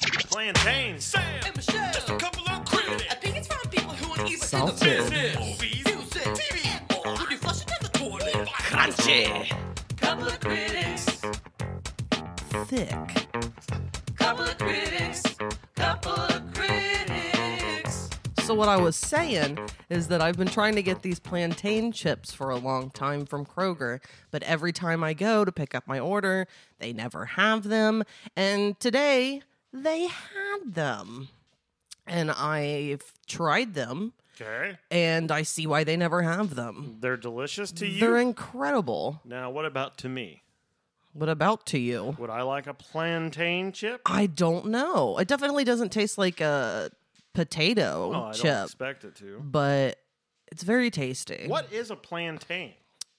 plantain, Sam, and Michelle. just a couple of critics. I think it's from people who are even in the Salted. business. Movies. Music, TV, and more. When you flush it down the toilet, Crunchy. couple of critics, Thick. couple of critics, couple of critics. So what I was saying is that I've been trying to get these plantain chips for a long time from Kroger, but every time I go to pick up my order, they never have them. And today they had them. And I've tried them Okay. and I see why they never have them. They're delicious to you. They're incredible. now, what about to me? What about to you? Would I like a plantain chip? I don't know. It definitely doesn't taste like a Oh, potato I don't chip, expect it to. but it's very tasty. What is a plantain?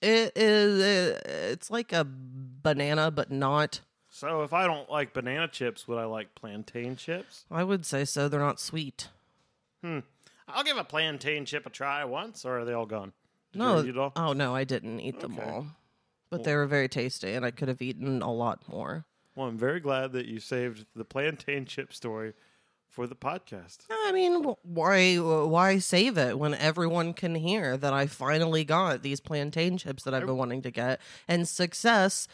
It is it, it's like a banana but not. So, if I don't like banana chips, would I like plantain chips? I would say so. They're not sweet. I'll give a plantain chip a try once, or are they all gone? Did you No. eat it all? Oh no, I didn't eat them Okay. all. But they were very tasty and I could have eaten a lot more. Well, I'm very glad that you saved the plantain chip story for the podcast. I mean, wh- why why save it when everyone can hear that I finally got these plantain chips that I've been wanting to get and success.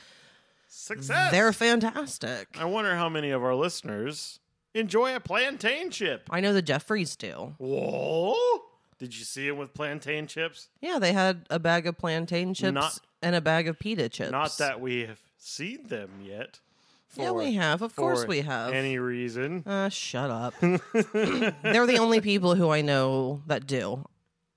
Success. They're fantastic. I wonder how many of our listeners enjoy a plantain chip. I know the Jeffries do. Whoa! Did you see it with plantain chips? Yeah, they had a bag of plantain chips Not- and a bag of pita chips. Not that we have seen them yet. yeah, we have. Of course, for we have. Any reason? Uh, shut up. They're the only people who I know that do.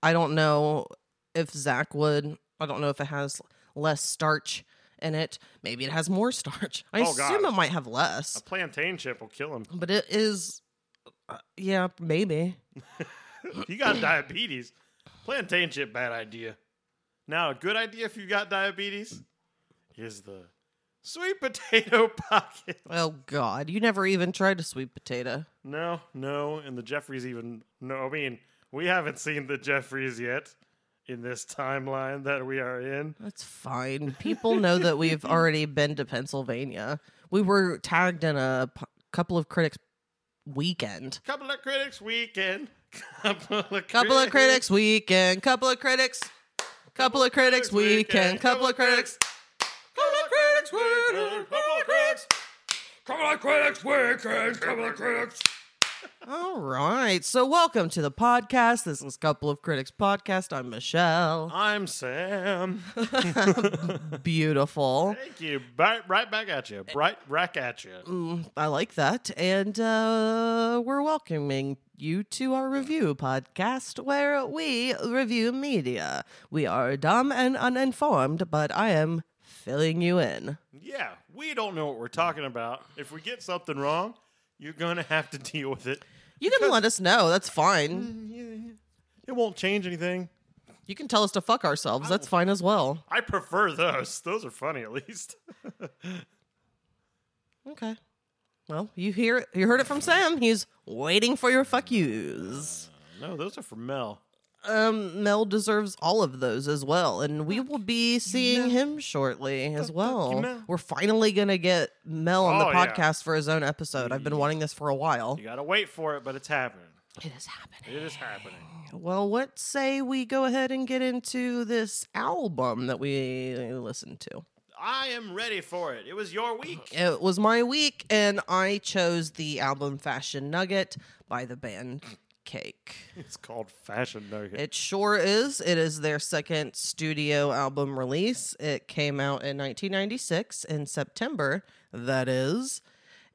I don't know if Zach would. I don't know if it has less starch in it. Maybe it has more starch. I Oh, God. assume it might have A less, plantain chip will kill him. but it is. uh, yeah, maybe. If you got diabetes, plantain chip bad idea. Now, a good idea if you got diabetes is the sweet potato pocket. Oh God, you never even tried a sweet potato. No, no, and the Jeffries even no. I mean, we haven't seen the Jeffries yet in this timeline that we are in. That's fine. People know that we've already been to Pennsylvania. We were tagged in a p- couple of critics weekend. Couple of critics weekend. Couple of Couple of critics weekend. Couple of critics. Couple of critics weekend. Couple of critics. Couple of critics weekend. Couple of critics. Couple of critics weekend. Couple of critics. All right. So welcome to the podcast. This is Couple of Critics podcast. I'm Michelle. I'm Sam. Beautiful. Thank you. Right, right back at you. Right back at you. I like that. And uh, we're welcoming you to our review podcast where we review media. We are dumb and uninformed, but I am filling you in. Yeah, we don't know what we're talking about. If we get something wrong, you're gonna have to deal with it. You can let us know. That's fine. It won't change anything. You can tell us to fuck ourselves. Oh. That's fine as well. I prefer those. Those are funny, at least. Okay. Well, you hear it. You heard it from Sam. He's waiting for your fuck yous. no, those are from Mel. Um, Mel deserves all of those as well, and we will be seeing him shortly as well. Mel. We're finally gonna get Mel on Oh, the yeah. podcast for his own episode. I've been wanting this for a while. You gotta wait for it, but it's happening. It is happening. It is happening. Well, what say we go ahead and get into this album that we listened to? I am ready for it. It was your week. It was my week, and I chose the album Fashion Nugget by the band Cake. It's called Fashion Nugget. It sure is. It is their second studio album release. It came out in 1996 in September, that is.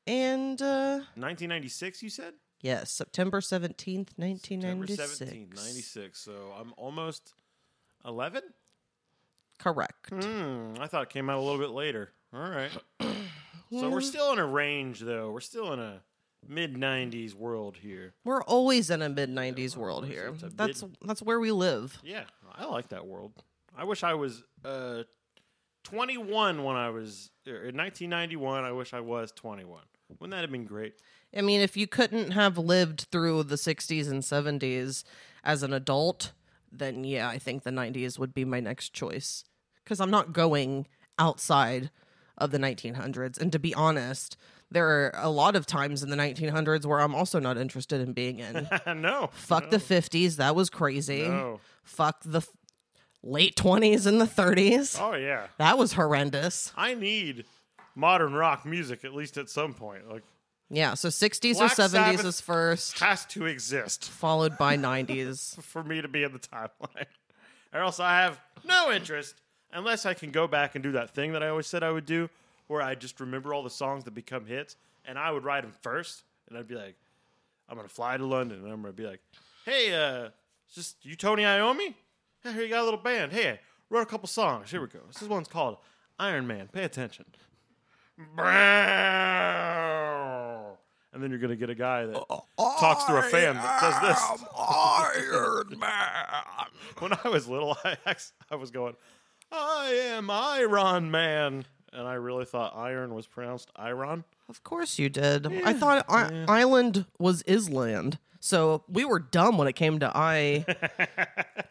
And uh 1996, you said? yes, September 17th, September 1996. 17, 96. So I'm almost 11? Correct. Hmm, I thought it came out a little bit later. All right. so we're still in a range, though. We're still in a mid 90s world here. We're always in a mid 90s world always. here. It's a That's that's where we live. Yeah, I like that world. I wish I was uh, 21 when I was er, in 1991. I wish I was 21. Wouldn't that have been great? I mean, if you couldn't have lived through the 60s and 70s as an adult, then yeah, I think the 90s would be my next choice. Because I'm not going outside of the 1900s. And to be honest, there are a lot of times in the 1900s where I'm also not interested in being in. no. Fuck no, the 50s, that was crazy. No. Fuck the f- late 20s and the 30s. Oh yeah. That was horrendous. I need modern rock music at least at some point. Like Yeah, so 60s Black or 70s Sabbath- is first, has to exist followed by 90s. for me to be in the timeline. or else I have no interest unless I can go back and do that thing that I always said I would do where I just remember all the songs that become hits and I would write them first and I'd be like I'm going to fly to London and I'm going to be like, "Hey, uh it's just you Tony Iommi? Yeah, here you got a little band. Hey, I wrote a couple songs. Here we go. This is one's called Iron Man. Pay attention." And then you're going to get a guy that talks through a fan that says this. Iron Man. when I was little, I, ax- I was going, I am Iron Man. And I really thought iron was pronounced iron. Of course you did. I thought I- island was Island. So we were dumb when it came to I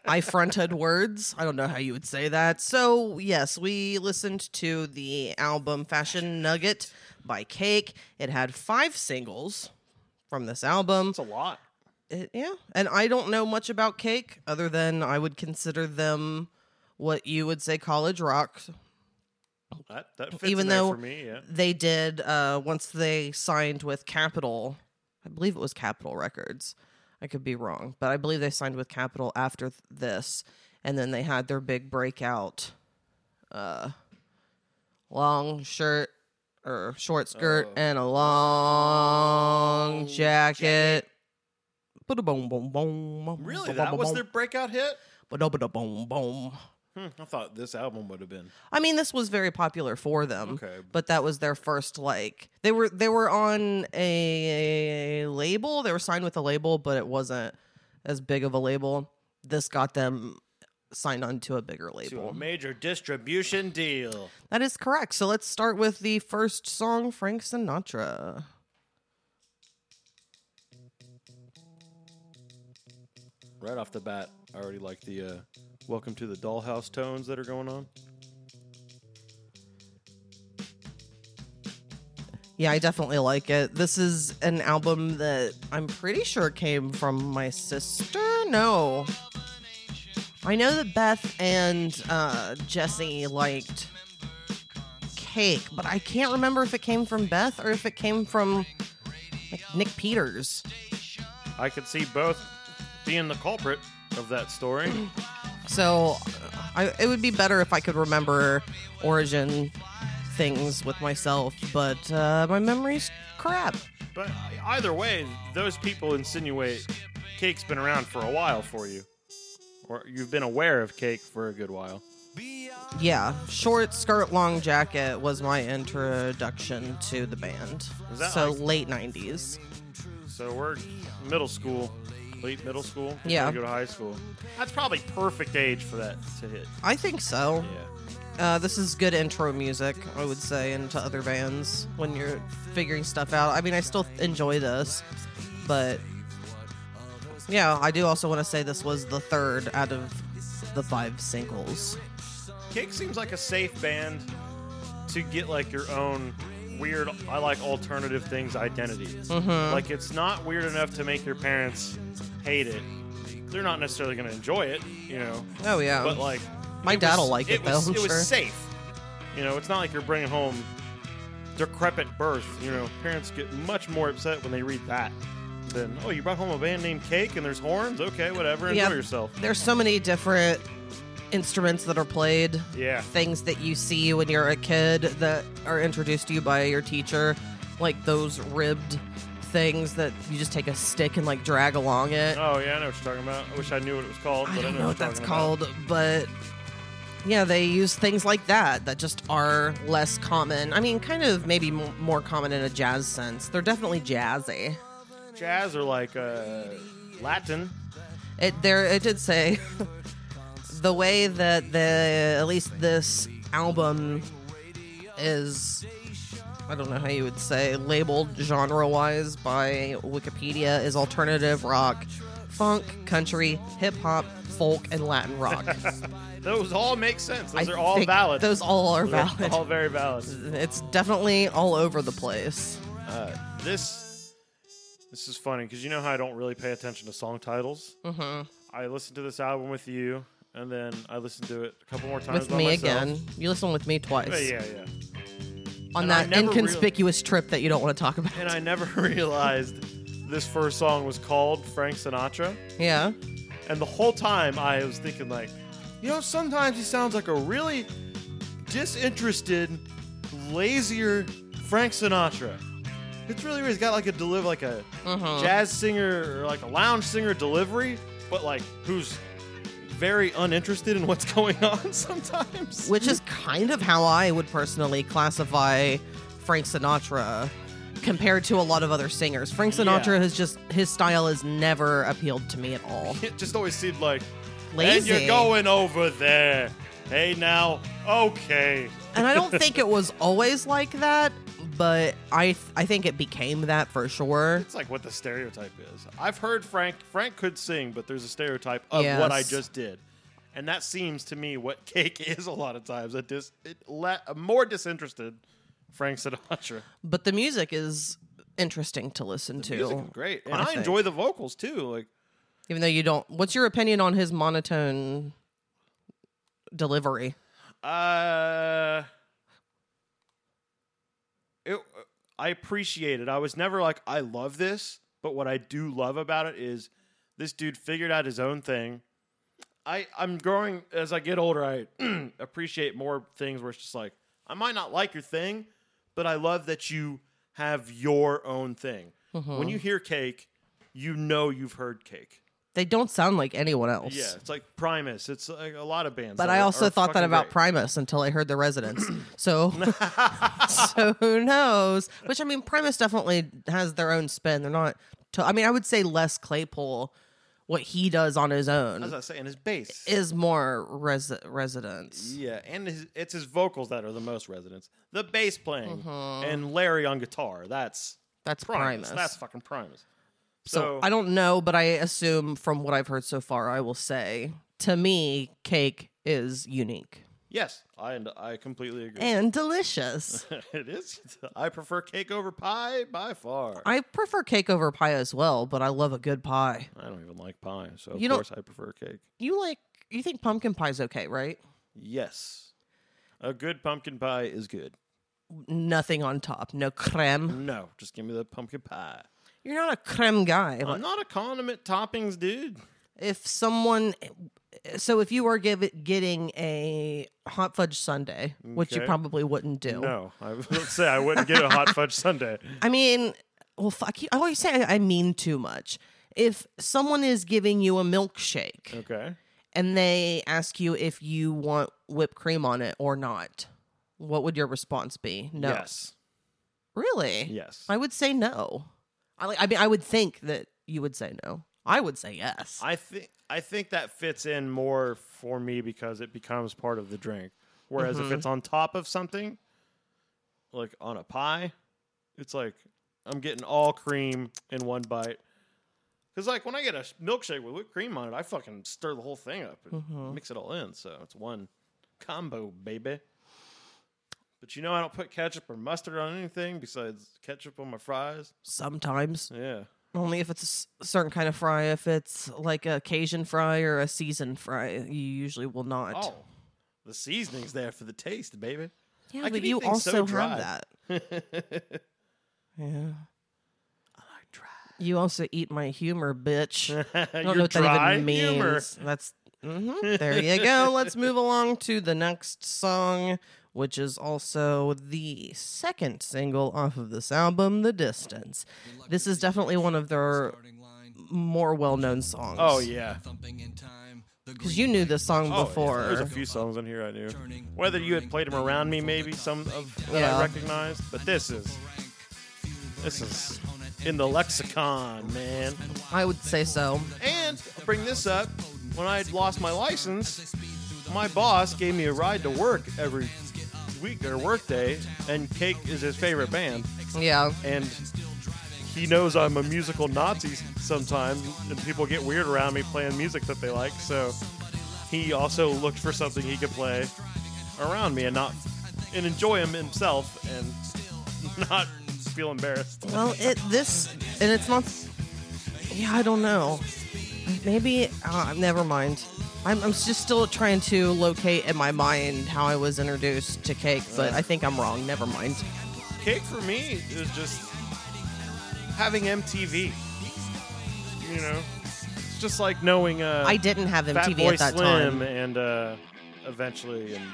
I fronted words. I don't know how you would say that. So yes, we listened to the album Fashion Nugget by Cake. It had five singles from this album. It's a lot. It- yeah. And I don't know much about Cake other than I would consider them what you would say college rock That, that fits Even in there though- for me, yeah. they did uh, once they signed with Capitol. I believe it was Capitol Records. I could be wrong, but I believe they signed with Capitol after th- this, and then they had their big breakout, uh, long shirt or short Oh. skirt and a long jacket. Ba-da-boom, boom, boom, boom, Really? boom, That boom, was boom, their breakout hit? ba-da-ba-da-boom, boom. Hmm, I thought this album would have been. I mean, this was very popular for them. Okay. But that was their first like they were they were on a label. They were signed with a label, but it wasn't as big of a label. This got them signed onto a bigger To a label. major distribution deal. That is correct. So let's start with the first song, Frank Sinatra. Right off the bat, I already like the uh, Welcome to the Dollhouse tones that are going on. Yeah, I definitely like it. This is an album that I'm pretty sure came from my sister. No. I know that Beth and uh, Jesse liked Cake, but I can't remember if it came from Beth or if it came from like, Nick Peters. I could see both being the culprit of that story. So I, it would be better if I could remember origin things with myself, but uh, my memory's crap. But either way, those people insinuate cake's been around for a while for you, or you've been aware of cake for a good while. Yeah, short skirt, long jacket was my introduction to the band. Was that So like- late '90s. So we're middle school, late middle school. Yeah. we go to high school. That's probably perfect age for that to hit. I think so. Yeah. Uh, this is good intro music, I would say, into other bands when you're figuring stuff out. I mean, I still enjoy this, but yeah, I do also want to say this was the third out of the five singles. Cake seems like a safe band to get like your own weird I like alternative things identity. Mm-hmm. Like it's not weird enough to make your parents hate it. They're not necessarily going to enjoy it, you know. Oh yeah, But like, My it dad'll was- like it, was, though, I'm it sure. was safe. You know, it's not like you're bringing home decrepit birth. You know, parents get much more upset when they read that than oh, you brought home a band named Cake and there's horns. Okay, whatever, enjoy Yeah. yourself. there's so many different instruments that are played Yeah. things that you see when you're a kid that are introduced to you by your teacher, like those ribbed things that you just take a stick and like drag along it. Oh yeah, I know what you're talking about. I wish I knew what it was called, I but I, don't know, know what what you're that's talking about. called, but yeah, they use things like that that just are less common. I mean, kind of maybe m- more common in a jazz sense. They're definitely jazzy. Jazz or like uh, Latin. It there it did say the way that the at least this album is I don't know how you would say labeled genre wise by Wikipedia is alternative rock, funk, country, hip hop, folk, and Latin rock. Those all make sense. Those I are all think valid. Those all are Those are valid. all very valid. it's definitely all over the place. Uh, this this is funny because you know how I don't really pay attention to song titles. Mm-hmm. I listened to this album with you, and then I listened to it a couple more times with by me myself. again. You listen with me twice But yeah, yeah. on And I that never really- inconspicuous trip that you don't want to talk about. And I never realized this first song was called Frank Sinatra. yeah. And the whole time I was thinking like, you know, sometimes he sounds like a really disinterested, lazier Frank Sinatra. It's really weird. He's got like a deliver like a jazz singer or like a lounge singer delivery, but like who's very uninterested in what's going on sometimes. Which is kind of how I would personally classify Frank Sinatra compared to a lot of other singers. Frank Sinatra Yeah. has just his style has never appealed to me at all. It just always seemed like Lazy. And you're going over there. Hey now, okay. and I don't think it was always like that, but I th- I think it became that for sure. It's like what the stereotype is. I've heard Frank. Frank could sing, but there's a stereotype of what I Yes. just did, and that seems to me what cake is a lot of times. A dis, it, le, a more disinterested Frank Sinatra. But the music is interesting to listen to. Music, great, and I I, think. enjoy the vocals too. Like Even though you don't What's your opinion on his monotone delivery? Uh, it, I appreciate it. I was never like, I love this, but what I do love about it is this dude figured out his own thing. I, I'm growing as I get older. I appreciate more things where it's just like, I might not like your thing, but I love that you have your own thing. Mm-hmm. When you hear cake, you know you've heard cake. They don't sound like anyone else. Yeah, it's like Primus. It's like a lot of bands. But that I are- also are thought that fucking about great. Primus until I heard the residents. So, so who knows? Which I mean, Primus definitely has their own spin. They're not. To- I mean, I would say Les Claypool, what he does on his As I own was saying, his bass. is more res- residents. Yeah, and his, it's his vocals that are the most resonance. The bass playing and Larry on guitar. That's That's Primus. Uh-huh. Primus. That's fucking Primus. so, So, I don't know, but I assume from what I've heard so far, I will say to me, cake is unique yes, I and I completely agree. and delicious. it is. I prefer cake over pie by far. I, I prefer cake over pie as well, but I love a good pie. don't even like pie, so of You don't- course I prefer cake. You like you think pumpkin pie's okay, right? Yes, a good pumpkin pie is good. nothing on top, no creme. No, just give me the pumpkin pie. You're not a creme guy. Like, I'm not a condiment toppings dude. if someone, so if you were give, getting a hot fudge sundae, which you Okay. probably wouldn't do. No, I would say I wouldn't get a hot fudge sundae. I mean, well, fuck you. I always say I, I mean too much. If someone is giving you a milkshake Okay. and they ask you if you want whipped cream on it or not, what would your response be? No. Yes. Really? Yes. I would say no. I, like- I mean, I would think that you would say no. I would say yes. I think I think that fits in more for me because it becomes part of the drink. Whereas if it's on top of something, like on a pie, it's like I'm getting all cream in one bite. Cause like when I get a milkshake with whipped cream on it, I fucking stir the whole thing up and mix it all in. So it's one combo, baby. But you know I don't put ketchup or mustard on anything besides ketchup on my fries. Sometimes. Yeah. Only if it's a s- certain kind of fry. If it's like a Cajun fry or a seasoned fry, you usually will not. Oh, the seasoning's there for the taste, baby. yeah, I but can eat you things also so dry. have that. yeah. I like dry. You also eat my humor, bitch. I don't know what that even means. That's mhm, there you go. Let's move along to the next song, which is also the second single off of this album, "The Distance." This is definitely one of their starting line, more well-known songs. Oh yeah. thumping in time. The because green you knew this song Oh, yeah. before. There's a few songs in here I knew. Whether you had played them around me, maybe some of that Yeah. I recognized, but this is this is in the lexicon, man. I would say so. And I'll bring this up. When I had lost my license, my boss gave me a ride to work every week or work day, and Cake is his favorite band. Yeah, and he knows I'm a musical Nazi sometimes, and people get weird around me playing music that they like. So he also looked for something he could play around me and not and enjoy him himself and not feel embarrassed. Well, it this and it's not. Yeah, I don't know. Maybe uh, never mind. I'm, I'm just still trying to locate in my mind how I was introduced to cake, but I think I'm wrong. Never mind. Cake for me is just having MTV. You know, it's just like knowing uh, I didn't have Fat MTV Boy at that Slim time. and uh, eventually and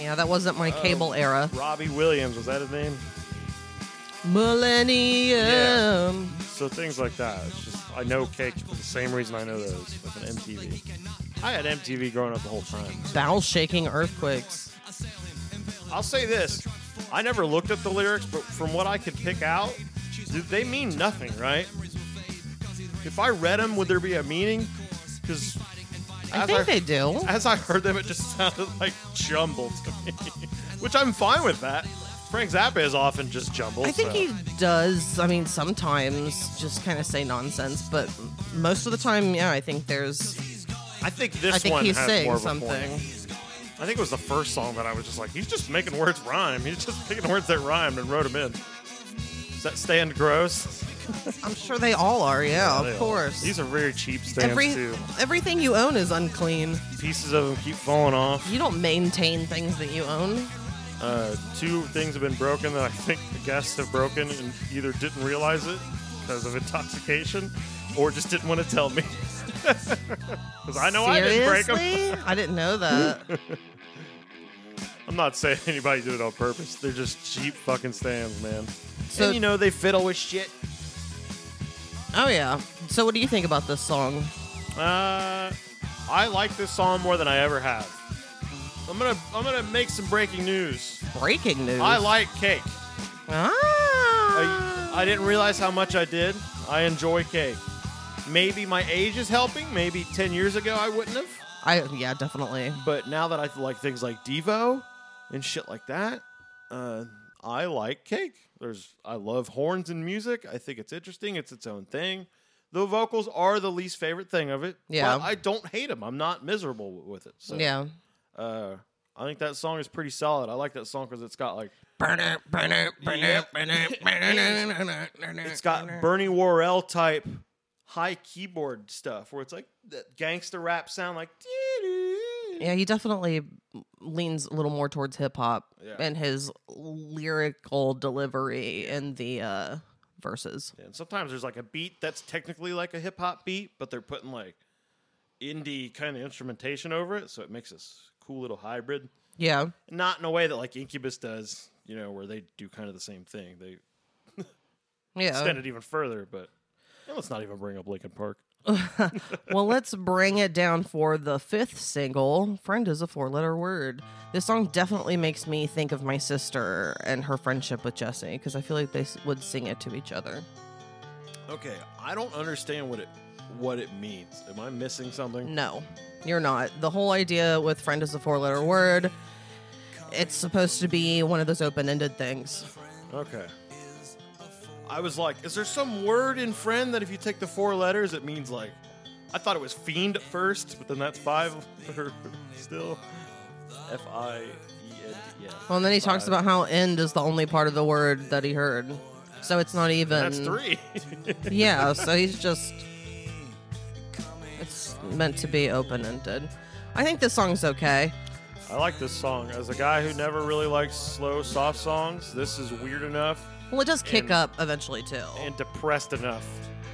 Yeah, that wasn't my Oh. cable era. Robbie Williams was that his name? Millennium. Yeah. So things like that. It's just I know Cake for the same reason I know those with an MTV. I had MTV growing up the whole time. Bowel shaking earthquakes. I'll say this: I never looked at the lyrics, but from what I could pick out, th- they mean nothing, right? If I read them, would there be a meaning? Because I think they do. As I heard them, it just sounded like jumble to me, which I'm fine with that. Frank Zappa is often just jumbled. I think so. he does. I mean, sometimes just kind of say nonsense, but m- most of the time, yeah, I think there's. I think this I think one he's has saying more of a something. point. I think it was the first song that I was just like, he's just making words rhyme. He's just picking words that rhymed and wrote them in. Does that stand gross? I'm sure they all are. Yeah, They of are. course. These are very cheap stands Every too. everything you own is unclean. Pieces of them keep falling off. You don't maintain things that you own. Uh, two things have been broken that I think the guests have broken and either didn't realize it because of intoxication or just didn't want to tell me. Because I know I didn't break them. Seriously? I didn't know that. I'm not saying anybody did it on purpose. They're just cheap fucking stands, man. So- and you know, they fiddle with shit. oh yeah. So what do you think about this song? Uh, I like this song more than I ever have. I'm gonna I'm gonna make some breaking news. Breaking news. I like cake. I, Ah. I didn't realize how much I did. I enjoy cake. Maybe my age is helping. Maybe ten years ago I wouldn't have. I, yeah, definitely. But now that I like things like Devo and shit like that, uh, I like cake. There's I love horns in music. I think it's interesting. It's its own thing. The vocals are the least favorite thing of it. Yeah. but I don't hate them. I'm not miserable w- with it. So Yeah. uh, I think that song is pretty solid. I like that song because it's got like Burner, burner, burner, burner, burner, it's got Bernie Worrell type high keyboard stuff where it's like that gangster rap sound like Yeah, he definitely leans a little more towards hip hop Yeah. and his lyrical delivery in the uh, verses. and sometimes there's like a beat that's technically like a hip hop beat, but they're putting like indie kind of instrumentation over it, so it makes this cool little hybrid. Yeah. Not in a way that like Incubus does, you know, where they do kind of the same thing. They extend Yeah. it even further, but yeah, let's not even bring up Linkin Park. well, let's bring it down for the fifth single. Friend is a four letter word. This song definitely makes me think of my sister and her friendship with Jesse because I feel like they s- would sing it to each other. Okay, I don't understand what it what it means. Am I missing something? No, you're not. The whole idea with friend is a four letter word. It's supposed to be one of those open ended things. Okay. I was like, is there some word in friend that if you take the four letters it means like I thought it was fiend at first, but then that's five or still F I E N D. Yeah. Well, and then he talks Five. about how end is the only part of the word that he heard. So it's not even. that's three. yeah, so he's just. It's meant to be open ended. I think this song's okay. I like this song. As a guy who never really likes slow, soft songs, this is weird enough Well, it does kick And- up eventually, too. and depressed enough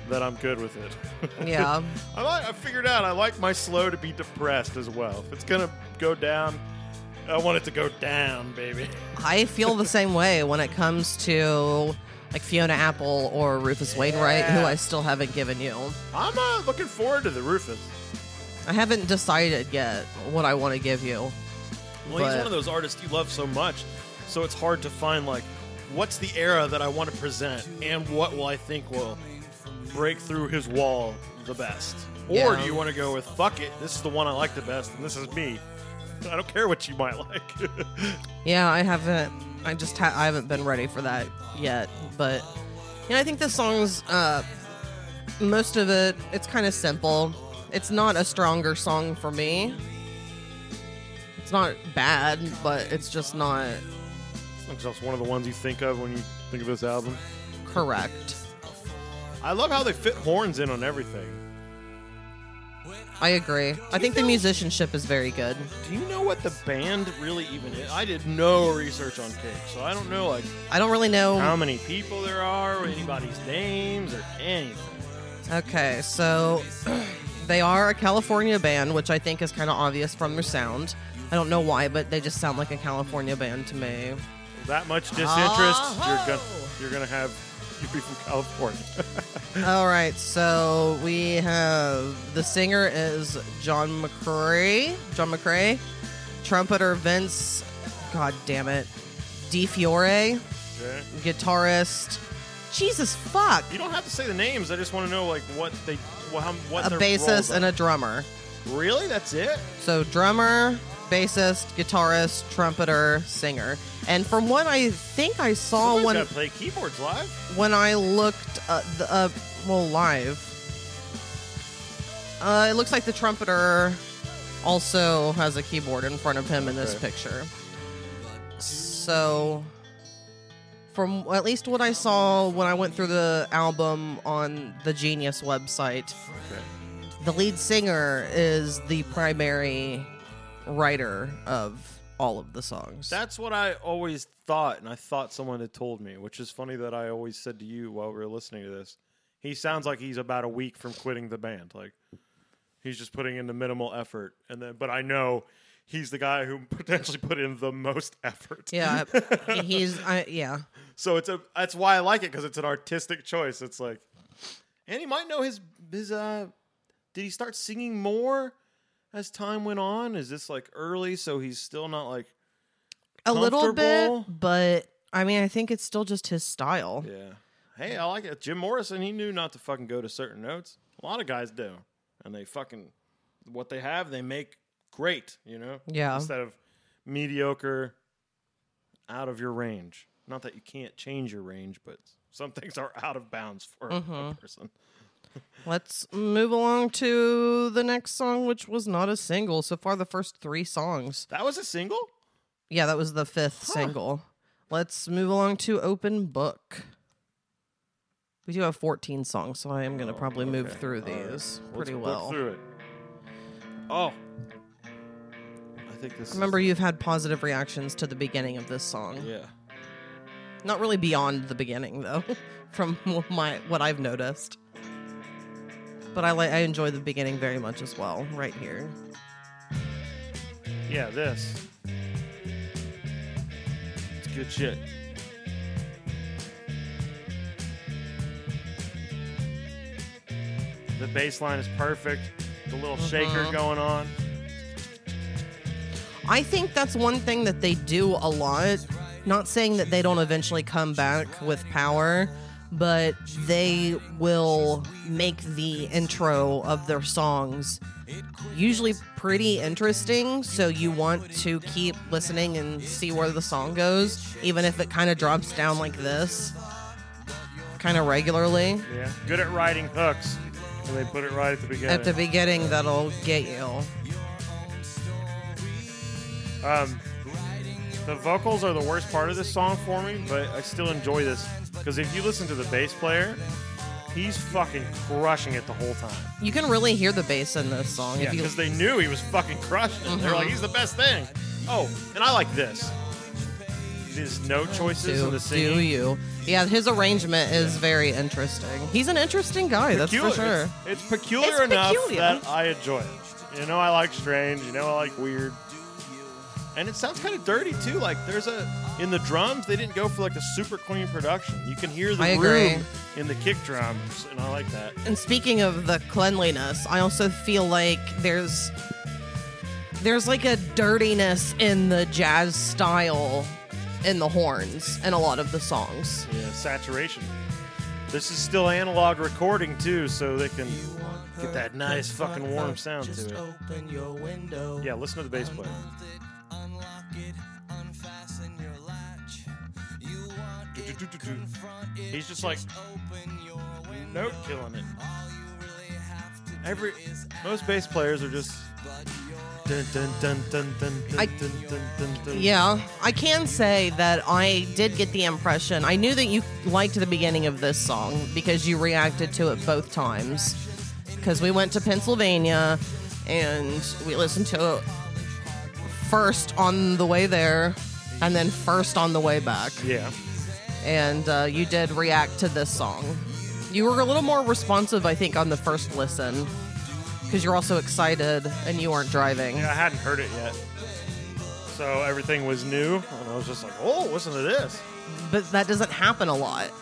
that I'm good with it. yeah. I like. I figured out. I like my slow to be depressed as well. If it's gonna go down, I want it to go down, baby. I feel the same way when it comes to like Fiona Apple or Rufus Wainwright, who Yeah. I still haven't given you. I'm uh, looking forward to the Rufus. I haven't decided yet what I want to give you. Well, But- he's one of those artists you love so much, so it's hard to find like what's the era that I want to present and what will I think will break through his wall the best. Or Yeah. do you want to go with fuck it? This is the one I like the best, and this is me. I don't care what you might like. Yeah, I haven't. I just ha- I haven't been ready for that yet. But you know, I think this song's uh, most of it. It's kind of simple. It's not a stronger song for me. It's not bad, but it's just not. It's just one of the ones you think of when you Think of this album. Correct. I love how they fit horns in on everything. I agree. I think the musicianship is very good. Do you know what the band really even is? I did no research on Cake, so I don't know like I don't really how know. many people there are, or anybody's names, or anything. Okay, so they are a California band, which I think is kind of obvious from their sound. I don't know why, but they just sound like a California band to me. That much disinterest, you're gonna you're gonna have you be from California. All right, so we have the singer is John McCrae. John McCrae, trumpeter Vince. God damn it, DiFiore, okay. guitarist. Jesus fuck, You don't have to say the names. I just want to know like what they what, how, what a their bassist roles and are. a drummer. really that's it. So drummer, bassist, guitarist, trumpeter, singer. And from what I think I saw Somebody's when gotta play keyboards live. when I looked uh, the, uh well live, uh, it looks like the trumpeter also has a keyboard in front of him in this Okay. picture. So from at least what I saw when I went through the album on the Genius website, Okay. the lead singer is the primary writer of all of the songs. That's what I always thought, and I thought someone had told me, which is funny that I always said to you while we were listening to this. He sounds like he's about a week from quitting the band. Like he's just putting in the minimal effort, and then but I know he's the guy who potentially put in the most effort. yeah, he's I, yeah. So it's a that's why I like it because it's an artistic choice. It's like, and he might know his his. uh Did he start singing more as time went on? Is this like early? So he's still not like a little bit, comfortable. but I mean, I think it's still just his style. yeah. Hey, I like it. Jim Morrison. He knew not to fucking go to certain notes. A lot of guys do, and they fucking what they have they make great. You know. Yeah. Instead of mediocre, out of your range. Not that you can't change your range, but some things are out of bounds for a- Mm-hmm. a person. Let's move along to the next song, which was not a single. So far, the first three songs. That was a single? Yeah, that was the fifth single. Let's move along to Open Book. We do have 14 songs, so I am Oh, going to probably move through these pretty Let's well. Look through it. Oh. I think this Remember, you've had positive reactions to the beginning of this song. is, Yeah. Not really beyond the beginning though, from my what I've noticed. But I like I enjoy the beginning very much as well, right here. Yeah, this. It's good shit. The bass line is perfect. The little Uh-huh. shaker going on. I think that's one thing that they do a lot. Not saying that they don't eventually come back with power, but they will make the intro of their songs usually pretty interesting. So you want to keep listening and see where the song goes, even if it kind of drops down like this, kind of regularly. Yeah. Good at writing hooks. And they put it right at the beginning. At the beginning, that'll get you. Um, the vocals are the worst part of this song for me, but I still enjoy this because if you listen to the bass player, he's fucking crushing it the whole time. You can really hear the bass in this song. Yeah, if you because they knew he was fucking crushing it. They were Mhm. like, he's the best thing. Oh, and I like this. These note choices do, and the do singing. you? Yeah, his arrangement is very interesting. He's an interesting guy, that's for Peculiar- sure. It's, it's peculiar It's enough peculiar. that I enjoy it. You know, I like strange. You know, I like weird. And it sounds kind of dirty too. Like there's a in the drums, they didn't go for like a super clean production. You can hear the I agree. room in the kick drums, and I like that. And speaking of the cleanliness, I also feel like there's there's like a dirtiness in the jazz style in the horns in a lot of the songs. Yeah, uh, saturation. This is still analog recording too, so they can get that nice fucking warm sound to it. Yeah, listen to the bass player. Do-do-do-do-do. He's just like note killing it. Every most bass players are just Dun, dun, dun, dun, dun, dun, I- dun, dun, dun, dun. Yeah, I can say that I did get the impression. I knew that you liked the beginning of this song because you reacted to it both times. Because we went to Pennsylvania and we listened to it first on the way there and then first on the way back. Yeah. And uh, you did react to this song. You were a little more responsive, I think, on the first listen because you're also excited and you weren't driving. Yeah, I hadn't heard it yet. So everything was new, and I was just like, oh, listen to this. but that doesn't happen a lot.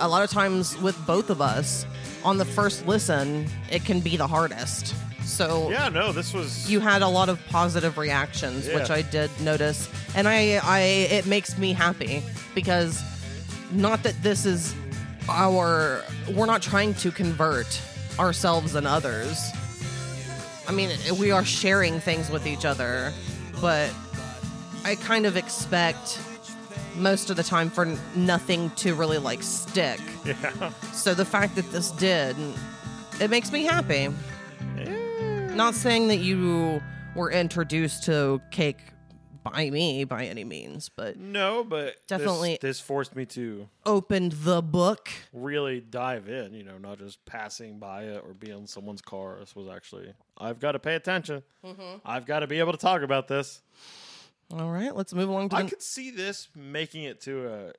A lot of times with both of us, on the first listen, it can be the hardest. So Yeah, no, this was. you had a lot of positive reactions, which Yeah. I did notice, and I, I, it makes me happy because not that this is our, we're not trying to convert ourselves and others. I mean, we are sharing things with each other, but I kind of expect most of the time for n- nothing to really like stick. Yeah. So the fact that this did, it makes me happy. Not saying that you were introduced to cake by me by any means, but No, but this- Definitely. this forced me to opened the book. really dive in, you know, not just passing by it or being in someone's car. This was actually, I've got to pay attention. I've got to be able to talk about this. All right, let's move along to the I could see this making it to a,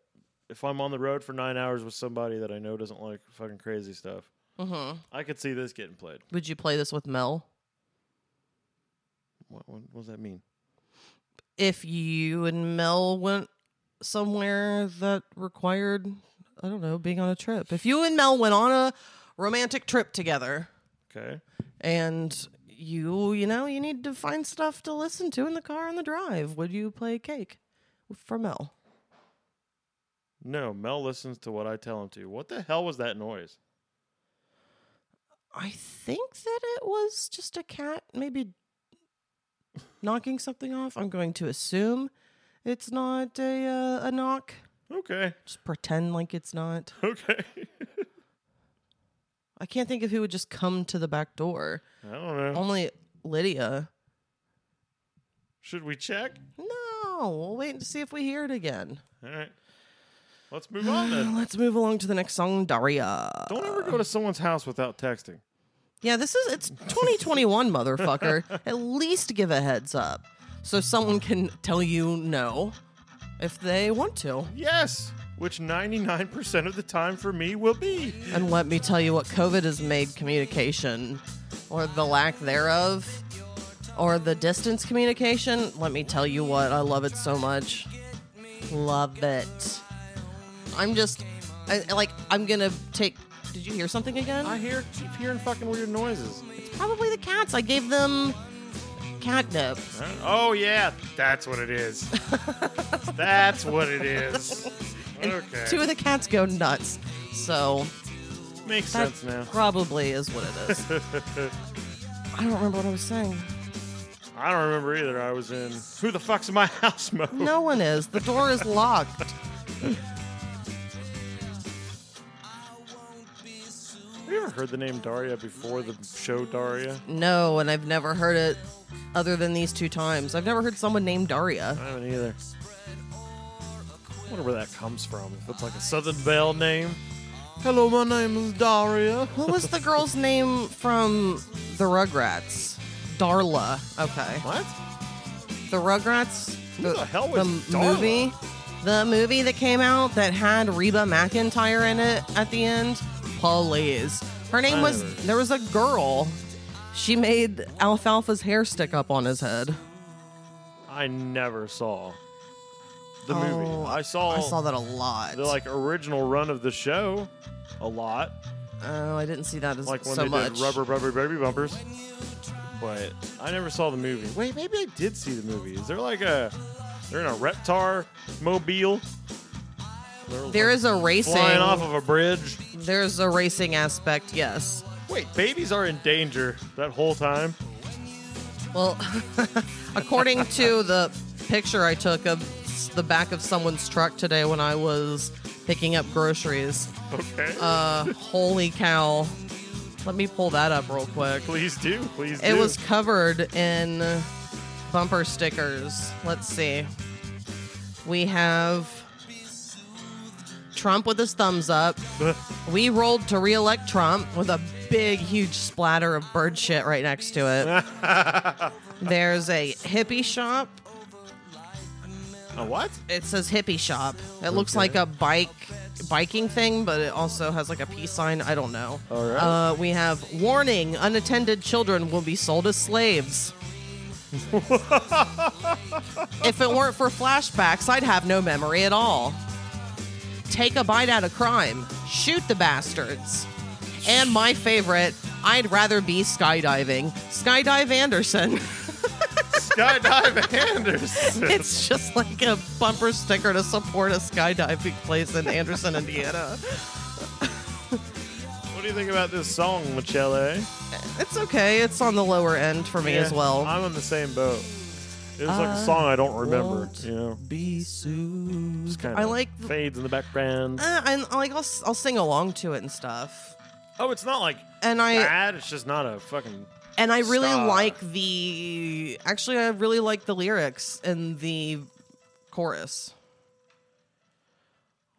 if I'm on the road for nine hours with somebody that I know doesn't like fucking crazy stuff. I could see this getting played. Would you play this with Mel? What, what, what does that mean? If you and Mel went somewhere that required, I don't know, being on a trip. If you and Mel went on a romantic trip together, Okay. and you you know you need to find stuff to listen to in the car on the drive would you play cake for mel No, Mel listens to what I tell him to. What the hell was that noise? i think that it was just a cat maybe knocking something off i'm going to assume it's not a uh, a knock Okay. just pretend like it's not Okay. i can't think of who would just come to the back door I don't know. only lydia Should we check? no we'll wait to see if we hear it again All right. Let's move on then. let's move along to the next song daria Don't ever go to someone's house without texting. Yeah, this is it's 2021, motherfucker. At least give a heads up so someone can tell you no if they want to. Yes, which 99% of the time for me will be. And let me tell you what COVID has made communication or the lack thereof or the distance communication. Let me tell you what, I love it so much. Love it. I'm just I, like I'm going to take Did you hear something again? I hear keep hearing fucking weird noises. It's probably the cats. I gave them catnip. Oh yeah, that's what it is. that's what it is. Okay. two of the cats go nuts. So Makes that sense now. probably is what it is. I don't remember what I was saying. I don't remember either. I was in who the fuck's in my house mode. No one is. The door is locked. Have you ever heard the name Daria before the show Daria? No, and I've never heard it other than these two times. I've never heard someone named Daria. I haven't either. I wonder where that comes from. If it's like a Southern Belle name. Hello, my name is Daria. What was the girl's name from the Rugrats? Darla. Okay. What? The Rugrats. Who the hell the was Darla? movie? The movie that came out that had Reba McIntyre in it at the end. Please. Her name was. Whatever. There was a girl. She made Alfalfa's hair stick up on his head. I never saw the Oh, movie. I saw, I saw that a lot. the like original run of the show a lot. oh, I didn't see that as Like when so they much. did rubber rubber baby bumpers. But I never saw the movie. Wait, maybe I did see the movie. Is there like a they're in a reptar mobile? They're There like is a racing. flying off of a bridge. There's a racing aspect. Yes. Wait, babies are in danger that whole time. Well, according to the picture I took of s- the back of someone's truck today when I was picking up groceries, Okay. uh, holy uh, cow. Let me pull that up real quick. Please do. Please do. It was covered in bumper stickers. Let's see. We have Trump with his thumbs up. we rolled to reelect Trump with a big, huge splatter of bird shit right next to it. There's a hippie shop. a what? It says hippie shop. It looks like a bike biking thing, but it also has like a peace sign. I don't know. All right. Uh, we have warning: unattended children will be sold as slaves. if it weren't for flashbacks, I'd have no memory at all. Take a bite out of crime. Shoot the bastards. And my favorite: I'd rather be skydiving. Skydive Anderson. Skydive Anderson. it's just like a bumper sticker to support a skydiving place in Anderson, Indiana. What do you think about this song, Michele? It's okay. It's on the lower end for me as well. Uh, I'm on the same boat. It's like a I song I don't remember. won't You know, Be It's soothed. kinda I like. fades in the background. Uh, and like I'll s- I'll sing along to it and stuff. oh, it's not like And I bad. It's just not a fucking. and I really Stop. like the. Actually, I really like the lyrics and the chorus.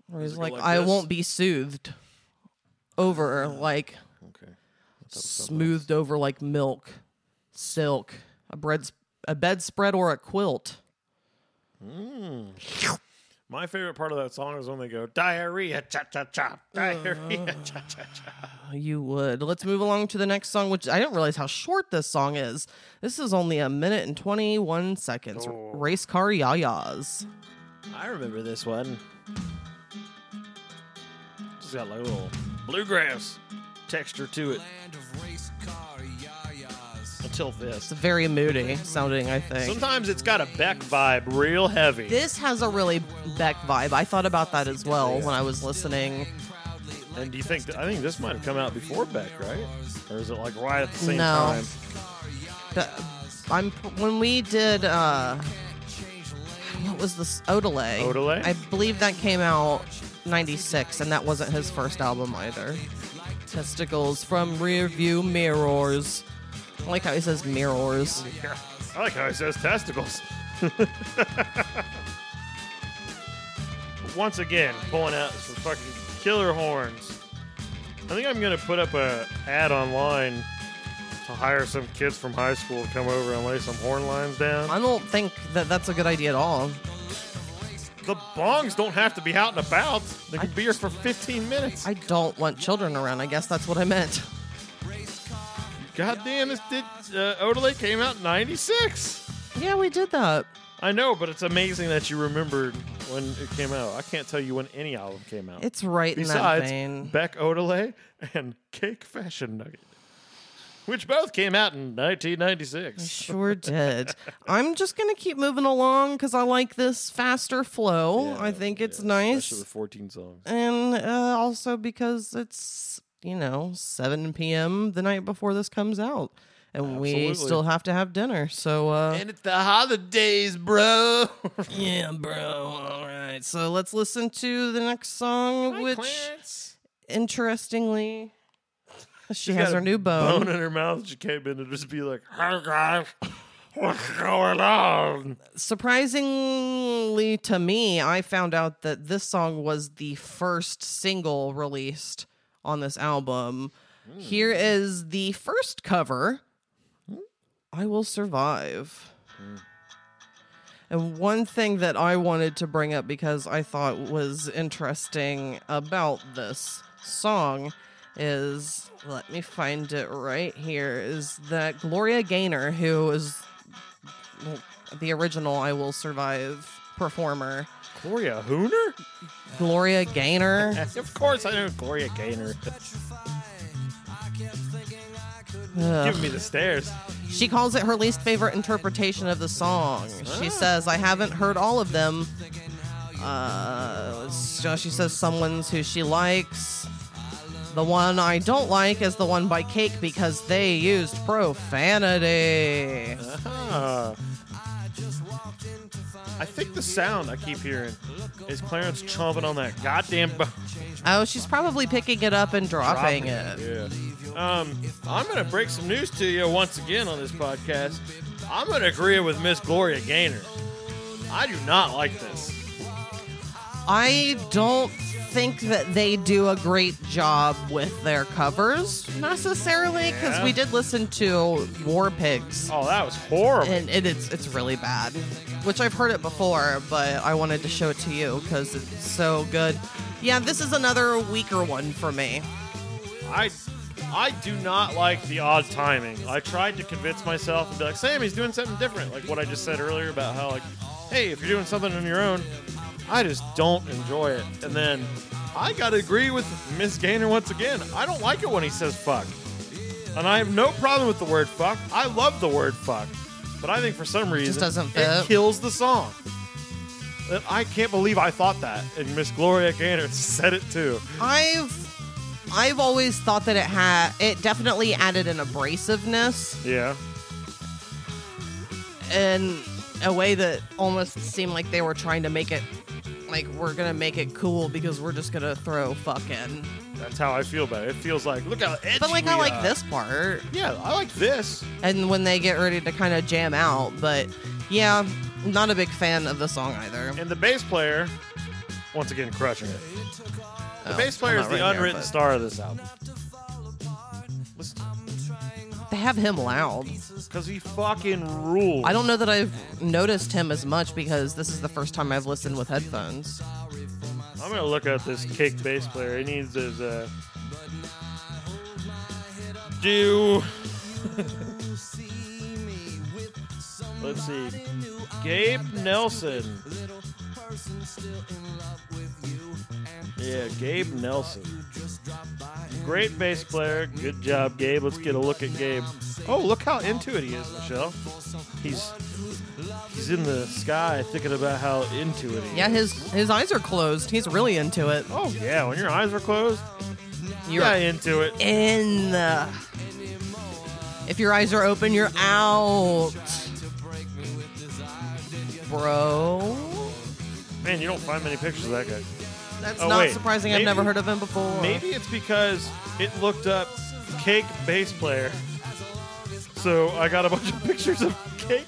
Where he's it go like, like "I this? won't be soothed over like Okay. smoothed over like milk, silk, a bread, a bedspread or a quilt." My favorite part of that song is when they go diarrhea cha cha cha diarrhea cha cha cha. Oh, You would. Let's move along to the next song, which I didn't realize how short this song is. This is only a minute and 21 seconds. Oh. Race Car Yayas. I remember this one. Just got like a little bluegrass texture to it until this. It's very moody sounding, I think. Sometimes it's got a Beck vibe real heavy. This has a really Beck vibe. I thought about that as well when I was listening. And do you think I think this might have come out before Beck, right? Or is it like right at the same No. time? The- I'm when we did uh what was this Odelay? Odelay? I believe that came out 96 and that wasn't his first album either. Testicles from rearview mirrors. I like how he says mirrors. I like how he says testicles. Once again, pulling out some fucking killer horns. I think I'm gonna put up a ad online to hire some kids from high school to come over and lay some horn lines down. I don't think that that's a good idea at all. The bongs don't have to be out and about. They can be here for 15 minutes. I don't want children around. I guess that's what I meant. God damn, this did uh, Odelay came out in '96. Yeah, we did that. I know, but it's amazing that you remembered when it came out. I can't tell you when any album came out. It's right in that Besides vein. Beck Odelay and Cake Fashion Nugget, which both came out in 1996. Sure did. I'm just gonna keep moving along because I like this faster flow. I think it's nice. Especially with 14 songs. and uh, also because it's you know 7 p.m the night before this comes out and we Absolutely. still have to have dinner so uh it's the holidays, bro. yeah bro all right so let's listen to the next song which interestingly she has got her a new bone, Bone in her mouth. She came in and just be like, "Hey guys, what's going on?" surprisingly to me i found out that this song was the first single released on this album here is the first cover i will survive and one thing that i wanted to bring up because i thought was interesting about this song is let me find it right here is that gloria gaynor who is the original I Will Survive performer, Gloria Hooner? Gloria Gaynor. Of course, I know Gloria Gaynor. Ugh. Giving me the stares. She calls it her least favorite interpretation of the song. She says, I haven't heard all of them. Uh, so she says, someone's who she likes. The one I don't like is the one by Cake because they used profanity. Ah. I think the sound I keep hearing is Clarence chomping on that goddamn. bu- Oh, she's probably picking it up and dropping dropping it. Yeah. Um, I'm going to break some news to you once again on this podcast. I'm going to agree with Miss Gloria Gaynor. I do not like this. I don't think that they do a great job with their covers necessarily because Yeah. we did listen to War Pigs Oh, that was horrible. and it, it's it's really bad, which I've heard it before, but I wanted to show it to you because it's so good. Yeah, this is another weaker one for me. I I do not like the odd timing. I tried to convince myself and be like, Sammy's doing something different, like what I just said earlier about how like, hey, if you're doing something on your own, I just don't enjoy it. And then I gotta agree with Miss Gaynor once again. I don't like it when he says fuck. And I have no problem with the word fuck. I love the word fuck. But I think for some reason doesn't it fit. kills the song. And I can't believe I thought that. And Miss Gloria Gaynor said it too. I've I've always thought that it had it definitely added an abrasiveness Yeah. in a way that almost seemed like they were trying to make it like we're gonna make it cool because we're just gonna throw fucking. That's how I feel about it. It feels like look how edgy. But like we I like are. this part, Yeah, I like this. and when they get ready to kind of jam out, but yeah, not a big fan of the song either. And the bass player, once again, crushing it. The Oh, bass player I'm is not the right here, unwritten but- star of this album. They have him loud. Because he fucking rules. I don't know that I've noticed him as much because this is the first time I've listened with headphones. I'm gonna look up this cake bass player. He needs his uh. Do. Let's see. Gabe Nelson. Yeah, Gabe Nelson. Great bass player. Good job, Gabe. Let's get a look at Gabe. Oh, look how into it he is, Michelle. He's he's in the sky thinking about how into it he is. Yeah, his his eyes are closed. He's really into it. Oh yeah, when your eyes are closed, You're you're into it. in. The... If your eyes are open, you're out, bro. Man, you don't find many pictures of that guy. That's Oh, not wait. surprising. Maybe- I've never heard of him before. Maybe it's because it looked up cake bass player. So I got a bunch of pictures of cake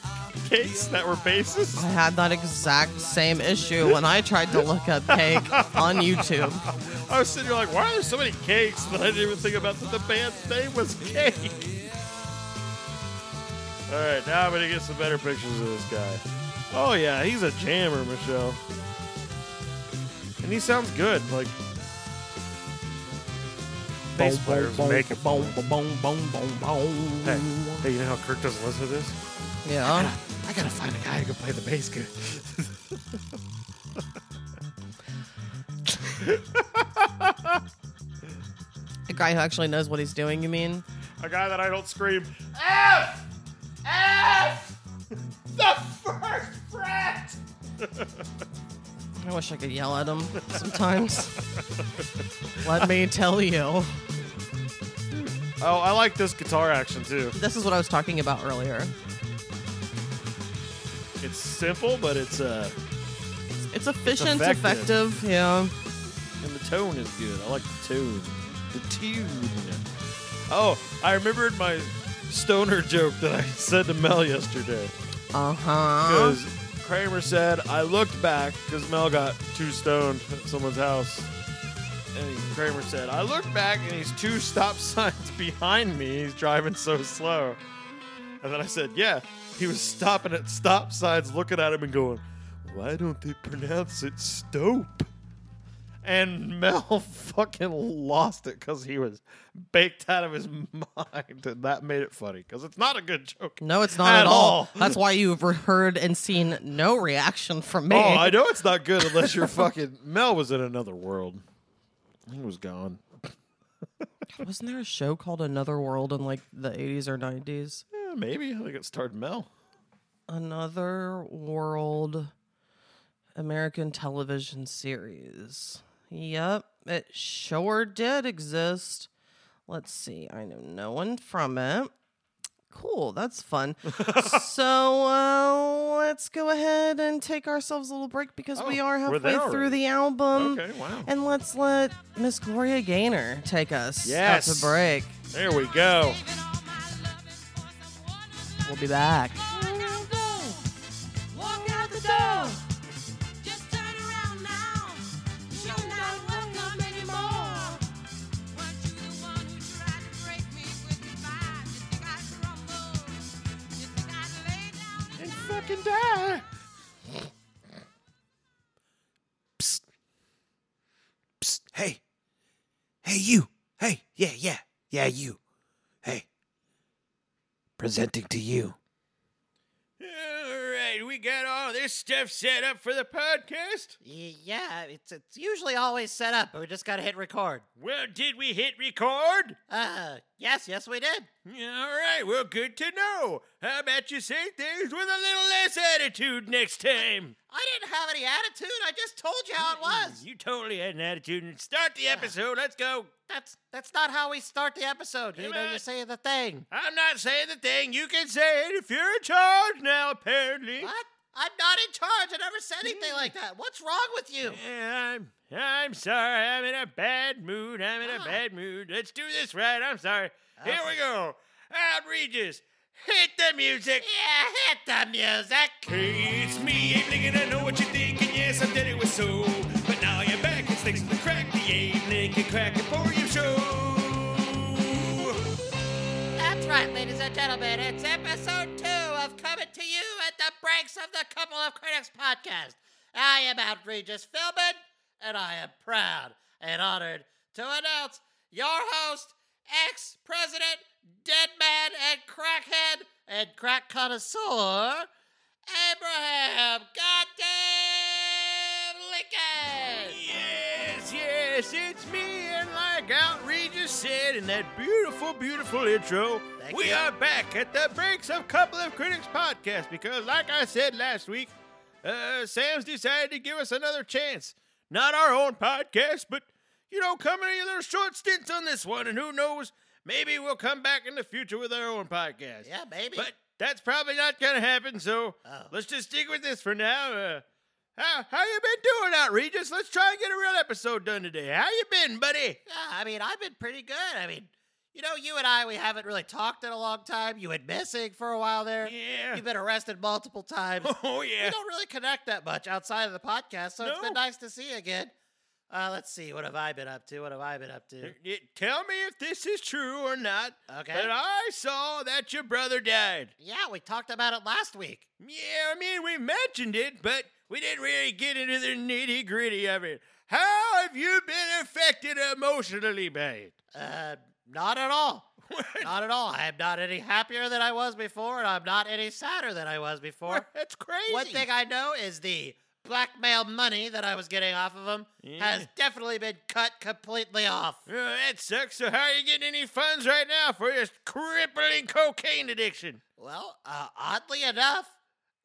cakes that were basses. I had that exact same issue when I tried to look up cake on YouTube. I was sitting here like, why are there so many cakes? But I didn't even think about that the band's name was Cake. All right, now I'm gonna get some better pictures of this guy. Oh yeah, he's a jammer, Michelle. And he sounds good, like. Bass players make it. Boom, boom, boom, boom, boom, boom. Hey, hey, you know how Kirk doesn't listen to this? Yeah. I gotta find a guy who can play the bass good. A guy who actually knows what he's doing, you mean? A guy that I don't scream F F the first fret. I wish I could yell at him sometimes. Let me tell you. Oh, I like this guitar action too. This is what I was talking about earlier. It's simple, but it's uh, It's efficient, it's effective. effective. Yeah. and the tone is good. I like the tone, the tune. Oh, I remembered my stoner joke that I said to Mel yesterday Uh huh. because Kramer said I looked back because Mel got too stoned at someone's house, and he- Kramer said I looked back and he's two stop signs behind me. He's driving so slow, and then I said, yeah, he was stopping at stop signs, looking at him and going, why don't they pronounce it stope? And Mel fucking lost it because he was baked out of his mind, and that made it funny because it's not a good joke. No, it's not At at, all. all. That's why you've heard and seen no reaction from me. Oh, I know it's not good unless you're fucking. Mel was in another world. He was gone. Wasn't there a show called Another World in like the 80s or 90s? Yeah, maybe. I think it started Mel. Another World American television series. Yep, it sure did exist. Let's see. I know no one from it. Cool, that's fun. so uh, let's go ahead and take ourselves a little break because we Oh, are we're there halfway through already. the album. Okay, wow. And let's let Miss Gloria Gaynor take us out Yes. to break. There we go. We'll be back. Walk out the door. Just turn around now. You're not welcome anymore. Weren't you the one who tried to break me with your vibe? You think I'd crumble? You think I'd lay down and And fucking die. Psst, hey. Hey, you. Hey, yeah, yeah. Yeah, you. Hey. Presenting to you. All right, we got all this stuff set up for the podcast. Yeah, it's it's usually always set up, but we just gotta hit record. Well, did we hit record? Uh, yes, yes, we did. All right, well, good to know. How about you say things with a little less attitude next time? I didn't have any attitude. I just told you how it was. You totally had an attitude. Start the episode. Let's go. That's that's not how we start the episode. You Damn know, you it. say the thing. I'm not saying the thing. You can say it if you're in charge now, apparently. What? I'm not in charge. I never said anything like that. What's wrong with you? Yeah, I'm, I'm sorry. I'm in a bad mood. I'm Ah. in a bad mood. Let's do this right. I'm sorry. Here we go. Outrageous. Hit the music. Yeah, hit the music. Hey, it's me, Abeling, and I know what you're thinking. Yes, I did it with so. But now you're back, it's things to crack the Abeling and crack it for your show. That's right, ladies and gentlemen. It's episode two of Coming to You at the Breaks of the Couple of Critics podcast. I am outrageous Philbin, and I am proud and honored to announce your host, ex president, dead man, and crackhead, and crack connoisseur, Abraham Goddamn Lincoln. Yes, yes, it's me. And like Outrageous said in that beautiful, beautiful intro, Thank we you. are back at the Breaks of Couple of Critics podcast because, like I said last week, uh, Sam's decided to give us another chance. Not our own podcast, but, you know, coming in little short stints on this one. And who knows, maybe we'll come back in the future with our own podcast. Yeah, baby. But that's probably not going to happen, so Oh. let's just stick with this for now. Uh, how, how you been doing, Outrageous? Let's try and get a real episode done today. How you been, buddy? Yeah, I mean, I've been pretty good. I mean, you know, you and I, we haven't really talked in a long time. You went missing for a while there. Yeah. You've been arrested multiple times. Oh, We yeah. don't really connect that much outside of the podcast, so it's No. been nice to see you again. Uh, let's see. What have I been up to? What have I been up to? Y- Tell me if this is true or not, Okay. but I saw that your brother died. Yeah, we talked about it last week. Yeah, I mean, we mentioned it, but we didn't really get into the nitty gritty of it. How have you been affected emotionally by it? Uh, not at all. Not at all. I am not any happier than I was before, and I'm not any sadder than I was before. That's crazy. One thing I know is the blackmail money that I was getting off of him has definitely been cut completely off. Oh, that sucks. So, how are you getting any funds right now for your crippling cocaine addiction? Well, uh, oddly enough,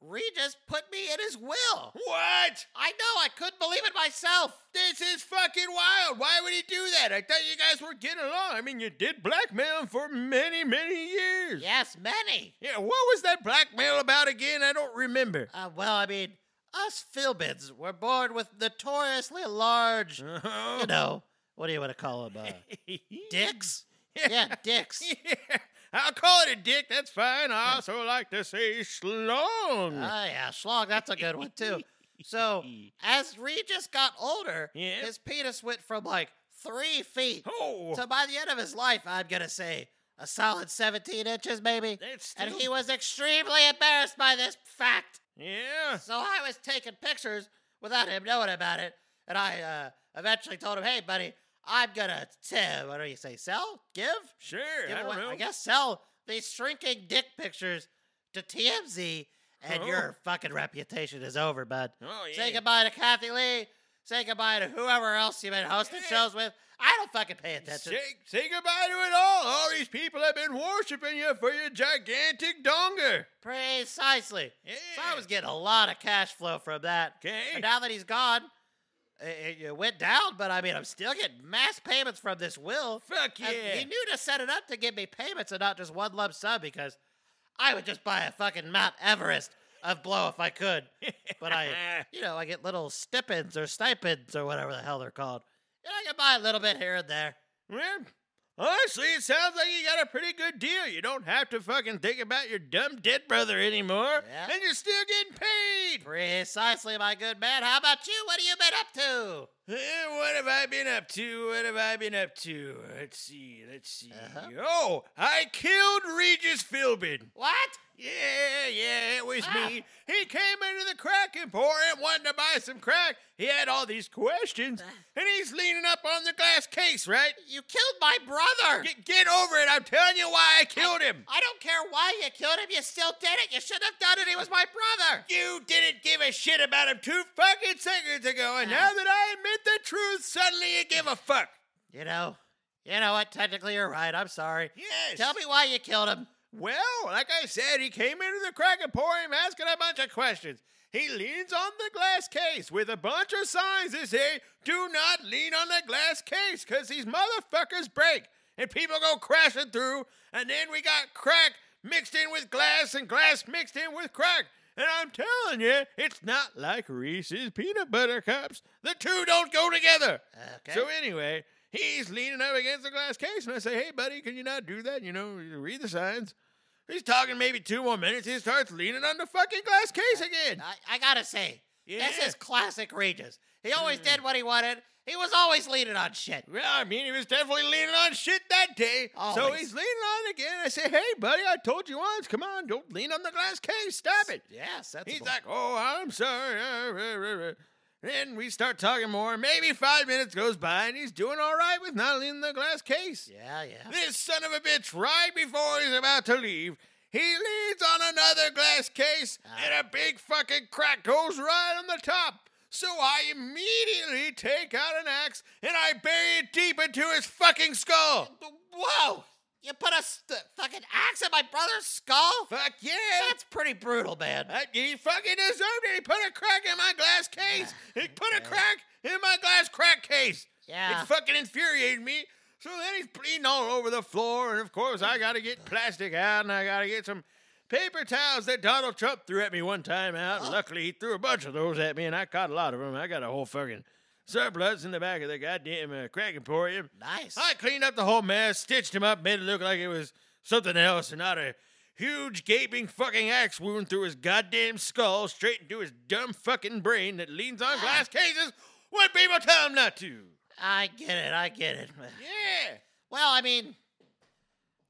Regis put me in his will. What? I know, I couldn't believe it myself. This is fucking wild. Why would he do that? I thought you guys were getting along. I mean, you did blackmail him for many, many years. Yes, many. Yeah, what was that blackmail about again? I don't remember. Uh, well, I mean, us Philbins were born with notoriously large, you know, what do you want to call them? Uh, dicks? Yeah, dicks. Yeah, I'll call it a dick. That's fine. I also like to say Oh, schlong. Ah, yeah, schlong, that's a good one, too. So, as Regis got older, Yeah. his penis went from like three feet oh, So by the end of his life, I'm gonna say a solid 17 inches, maybe. that's still... And he was extremely embarrassed by this fact. Yeah. So I was taking pictures without him knowing about it, and I uh, eventually told him, "Hey, buddy, I'm gonna t- what do you say? Sell? Give? Sure. Give I don't away? know. I guess sell these shrinking dick pictures to TMZ, and Oh. your fucking reputation is over, bud." Oh, yeah. Say goodbye to Kathy Lee. Say goodbye to whoever else you've been hosting shows with. I don't fucking pay attention. Say, say goodbye to it all. All these people have been worshiping you for your gigantic donger. Precisely. Yeah. So I was getting a lot of cash flow from that. Okay. And now that he's gone, it, it went down, but I mean, I'm still getting mass payments from this will. Fuck yeah. And he knew to set it up to give me payments and not just one lump sum because I would just buy a fucking Mount Everest of blow if I could. But I, you know, I get little stipends or stipends or whatever the hell they're called. And I can buy a little bit here and there. Well, honestly, it sounds like you got a pretty good deal. You don't have to fucking think about your dumb dead brother anymore, Yeah. and you're still getting paid. Precisely, my good man. How about you? What have you been up to? Eh, what have I been up to? What have I been up to? Let's see. Let's see. Uh-huh. Oh, I killed Regis Philbin. What? Ah. Yeah, yeah, it was me. He came into the crack emporium wanting to buy some crack. He had all these questions, and he's leaning up on the glass case, right? Uh. You killed my brother! Get, get over it. I'm telling you why I killed him. I don't care why you killed him. You still did it. You shouldn't have done it. He was my brother. You didn't give a shit about him two fucking seconds ago, and now that I admit the truth, suddenly you give a fuck. You know, you know what? Technically, you're right. I'm sorry. Yes. Tell me why you killed him. Well, like I said, he came into the crack emporium asking a bunch of questions. He leans on the glass case with a bunch of signs that say, do not lean on the glass case, 'cause these motherfuckers break and people go crashing through. And then we got crack mixed in with glass and glass mixed in with crack. And I'm telling you, it's not like Reese's peanut butter cups. The two don't go together. Okay. So anyway, he's leaning up against the glass case, and I say, "Hey, buddy, can you not do that? You know, read the signs." He's talking maybe two more minutes. He starts leaning on the fucking glass case again. I, I gotta say, this Yeah. is classic Regis. He always did what he wanted. He was always leaning on shit. Well, I mean, he was definitely leaning on shit that day. So Always. he's leaning on it again. I say, "Hey, buddy, I told you once. Come on, don't lean on the glass case. Stop it." Yes, that's He's like, "Oh, I'm sorry." uh, uh, uh, uh." Then we start talking more. Maybe five minutes goes by, and he's doing all right with not leaning the glass case. yeah, yeah. This son of a bitch, right before he's about to leave, he leans on another glass case Ah. and a big fucking crack goes right on the top. So I immediately take out an axe and I bury it deep into his fucking skull. Whoa! You put a st- fucking axe in my brother's skull? Fuck yeah. That's pretty brutal, man. Uh, he fucking deserved it. He put a crack in my glass case. He put a crack in my glass crack case. Yeah. It fucking infuriated me. So then he's bleeding all over the floor, and of course I gotta get plastic out, and I gotta get some paper towels that Donald Trump threw at me one time out. Luckily, he threw a bunch of those at me, and I caught a lot of them. I got a whole fucking surplus in the back of the goddamn uh, crack emporium. Nice. I cleaned up the whole mess, stitched him up, made it look like it was something else and not a huge gaping fucking axe wound through his goddamn skull straight into his dumb fucking brain that leans on glass cases when people tell him not to. I get it. I get it. Yeah. Well, I mean,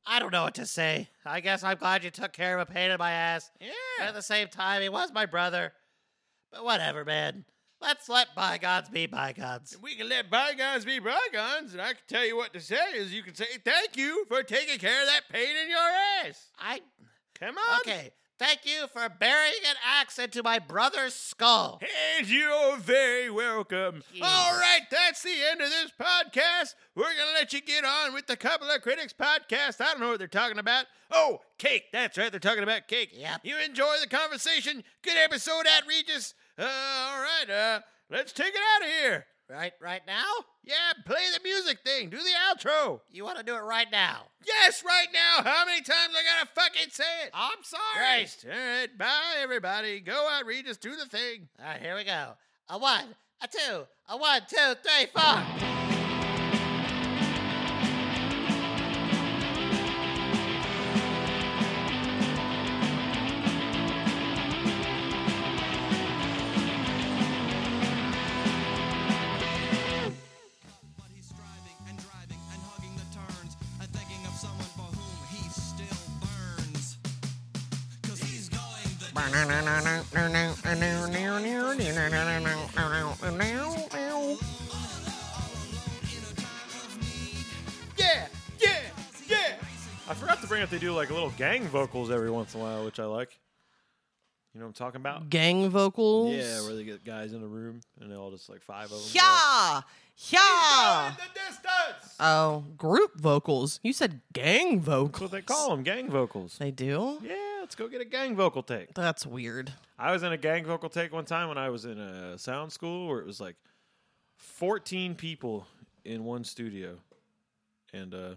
I don't know what to say. I guess I'm glad you took care of a pain in my ass. But at Yeah. the same time, he was my brother. But whatever, man. Let's let bygones be bygones. We can let bygones be bygones, and I can tell you what to say is you can say thank you for taking care of that pain in your ass. I Come on. okay. Thank you for burying an axe into my brother's skull. And you're very welcome. Jesus. All right, that's the end of this podcast. We're going to let you get on with the Couple of Critics podcast. I don't know what they're talking about. Oh, cake. That's right. They're talking about cake. Yep. You enjoy the conversation. Good episode at Regis. Uh, all right, uh, let's take it out of here. Right, right now? Yeah, play the music thing. Do the outro. You want to do it right now? Yes, right now. How many times I got to fucking say it? I'm sorry. Christ. All right, bye, everybody. Go out, Regis. Do the thing. All right, here we go. A one, a two, a one, two, three, four. But he's striving and driving and hugging the turns and thinking of someone for whom he still burns. Cause he's going the Yeah, yeah, yeah. I forgot to bring up they do like little gang vocals every once in a while, which I like. You know what I'm talking about? Gang vocals. Yeah, where they get guys in a room and they all just like five of them. Yeah. Yeah. Going the distance. Oh, group vocals. You said gang That's vocals. what they call them, gang vocals. They do? Yeah, let's go get a gang vocal take. That's weird. I was in a gang vocal take one time when I was in a sound school where it was like 14 people in one studio. And uh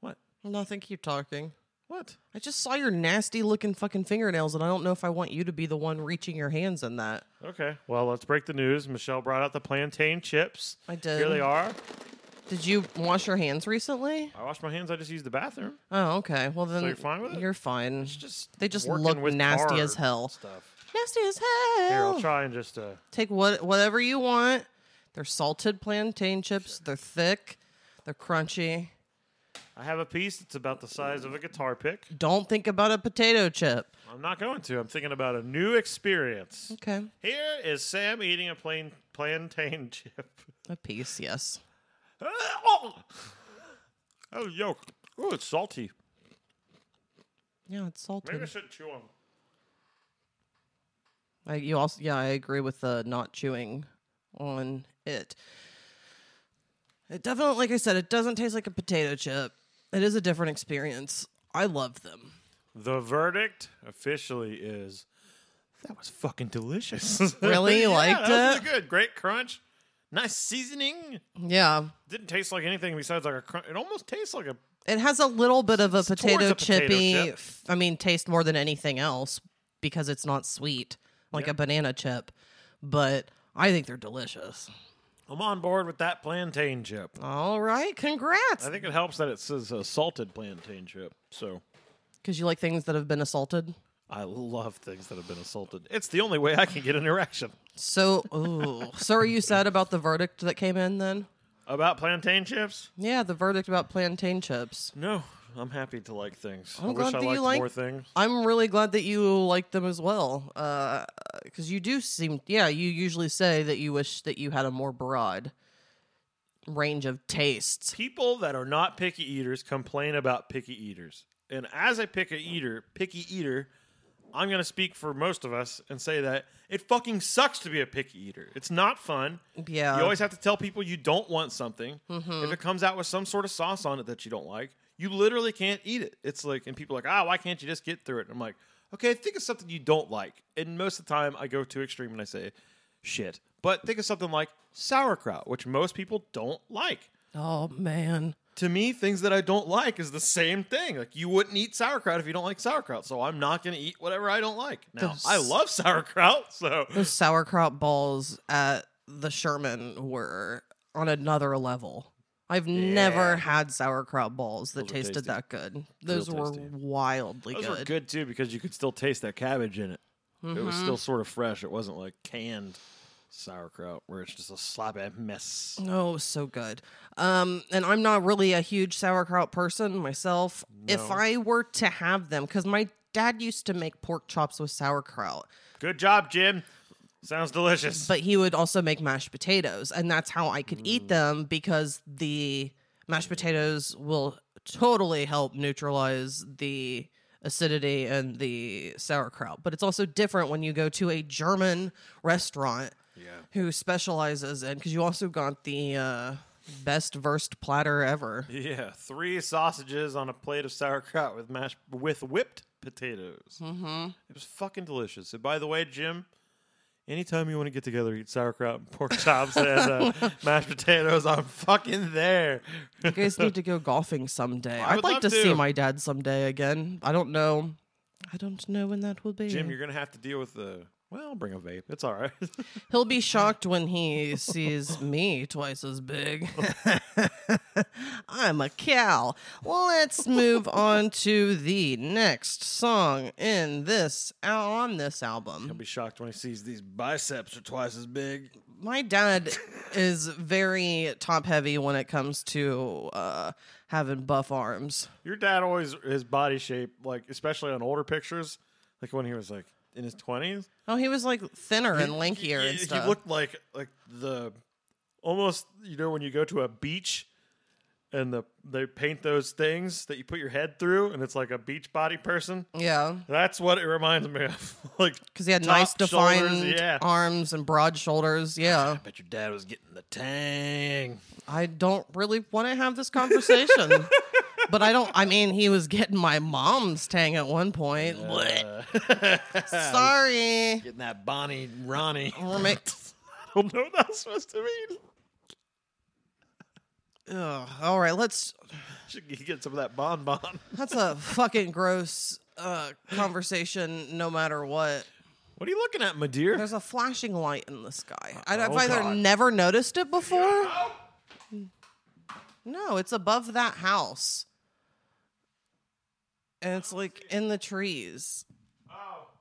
what? Nothing. Keep talking. What? I just saw your nasty looking fucking fingernails, and I don't know if I want you to be the one reaching your hands in that. Okay, well, let's break the news. Michelle brought out the plantain chips. I did. Here they are. Did you wash your hands recently? I washed my hands. I just used the bathroom. Oh, okay. Well, then Uh, you're fine with it? You're fine. Just They just working look with nasty hard as hell. Stuff. nasty as Here, hell. I'll try and just. Uh, Take what whatever you want. They're salted plantain chips. They're thick. They're crunchy. I have a piece that's about the size of a guitar pick. Don't think about a potato chip. I'm not going to. I'm thinking about a new experience. Okay. Here is Sam eating a plain plantain chip. A piece, yes. oh, that was yolk. Oh, it's salty. Yeah, it's Maybe I salted. shouldn't chew on. I, you also, yeah, I agree with the not chewing on it. It definitely, like I said, it doesn't taste like a potato chip. It is a different experience. I love them. The verdict officially is that was fucking delicious. Really? You Yeah, liked that was it? really good. Great crunch. Nice seasoning. Yeah, Didn't taste like anything besides like a crunch. It almost tastes like a it has a little bit of a potato a potato chippy. chip. f- I mean, taste more than anything else because it's not sweet like a banana chip. But I think they're delicious. I'm on board with that plantain chip. All right, congrats! I think it helps that it says a salted plantain chip. So Because you like things that have been assaulted. I love things that have been assaulted. It's the only way I can get an erection. So, ooh. so are you sad about the verdict that came in then? About plantain chips? Yeah, the verdict about plantain chips. No, I'm happy to like things. I'm I wish glad I that liked Oh, you like. more things. I'm really glad that you like them as well, because you do seem. Yeah, you usually say that you wish that you had a more broad range of tastes. People that are not picky eaters complain about picky eaters. And as a picky eater, picky eater, I'm going to speak for most of us and say that it fucking sucks to be a picky eater. It's not fun. Yeah. You always have to tell people you don't want something. Mm-hmm. If it comes out with some sort of sauce on it that you don't like, you literally can't eat it. It's like, and people are like, ah, why can't you just get through it? And I'm like, okay, think of something you don't like. And most of the time, I go too extreme and I say, shit. But think of something like sauerkraut, which most people don't like. Oh man, To me, things that I don't like is the same thing. Like you wouldn't eat sauerkraut if you don't like sauerkraut, so I'm not going to eat whatever I don't like. Now Those- I love sauerkraut, so those sauerkraut balls at the Sherman were on another level. I've never had sauerkraut balls that tasted tasty. that good. Those were tasty. wildly Those good. Mm-hmm. were good too because you could still taste that cabbage in it. It was Mm-hmm. still sort of fresh. It wasn't like canned sauerkraut where it's just a sloppy mess. Oh, so good. Um, and I'm not really a huge sauerkraut person myself. If I were to have them, because my dad used to make pork chops with sauerkraut, good job, Jim. Sounds delicious. but he would also make mashed potatoes, and that's how I could Mm. eat them because the mashed potatoes will totally help neutralize the acidity and the sauerkraut. But it's also different when you go to a German restaurant who specializes in because you also got the uh, best versed platter ever. Yeah, three sausages on a plate of sauerkraut with mashed with whipped potatoes. Mm-hmm. It was fucking delicious. And by the way, Jim, anytime you want to get together, eat sauerkraut and pork chops and uh, mashed potatoes, I'm fucking there. You guys need to go golfing someday. I'd would like love to, see to. my dad someday again. I don't know. I don't know when that will be. Jim, you're gonna have to deal with the. Well, I'll bring a vape. It's all right. He'll be shocked when he sees me twice as big. I'm a cow. Let's move on to the next song in this on this album. I'll be shocked when he sees these biceps are twice as big. my dad is very top heavy when it comes to uh, having buff arms. Your dad always his body shape, like especially on older pictures, like when he was like in his twenties. Oh, he was like thinner and He- lankier he- and stuff. He looked like like the almost you know when you go to a beach and the they paint those things that you put your head through and it's like a beach body person. yeah, That's what it reminds me of. like because he had top nice shoulders, defined yeah. arms and broad shoulders. Yeah, Bet your dad was getting the tang. I don't really want to have this conversation. But I don't. I mean, he was getting my mom's tang at one point. Blech. Sorry, Getting that Bonnie Ronnie. we're make- I don't know what that's supposed to mean. Ugh, all right, let's Should get some of that bonbon. That's a fucking gross uh, conversation, no matter what. What are you looking at, my dear? There's a flashing light in the sky. I, I've Oh, either God. never noticed it before. No, it's above that house. And it's like in the trees.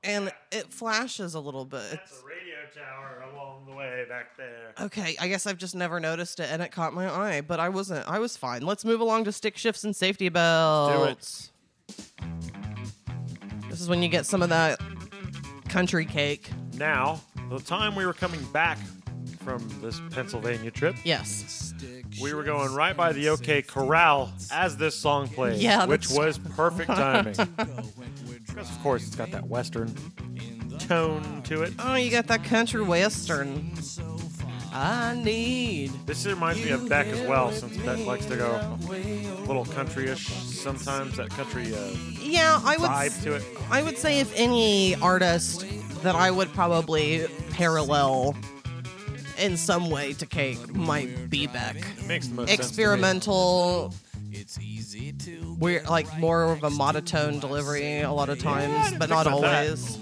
And it flashes a little bit. It's, That's a radio tower along the way back there. okay, I guess I've just never noticed it and it caught my eye, but I wasn't. I was fine. Let's move along to stick shifts and safety belts. This is when you get some of that country cake. Now, the time we were coming back from this Pennsylvania trip, Yes. we were going right by the OK Corral as this song played, Yeah, which that's- was perfect timing. because of course, it's got that western tone to it. Oh, you got that country western. I need. This reminds me of Beck as well, since Beck likes to go a little country-ish sometimes. That country uh, Yeah, I would. vibe to it. I would say if any artist that I would probably parallel in some way to Cake might be Beck. Makes the most Experimental. We're like more of a monotone delivery a lot of times, but not about that. always.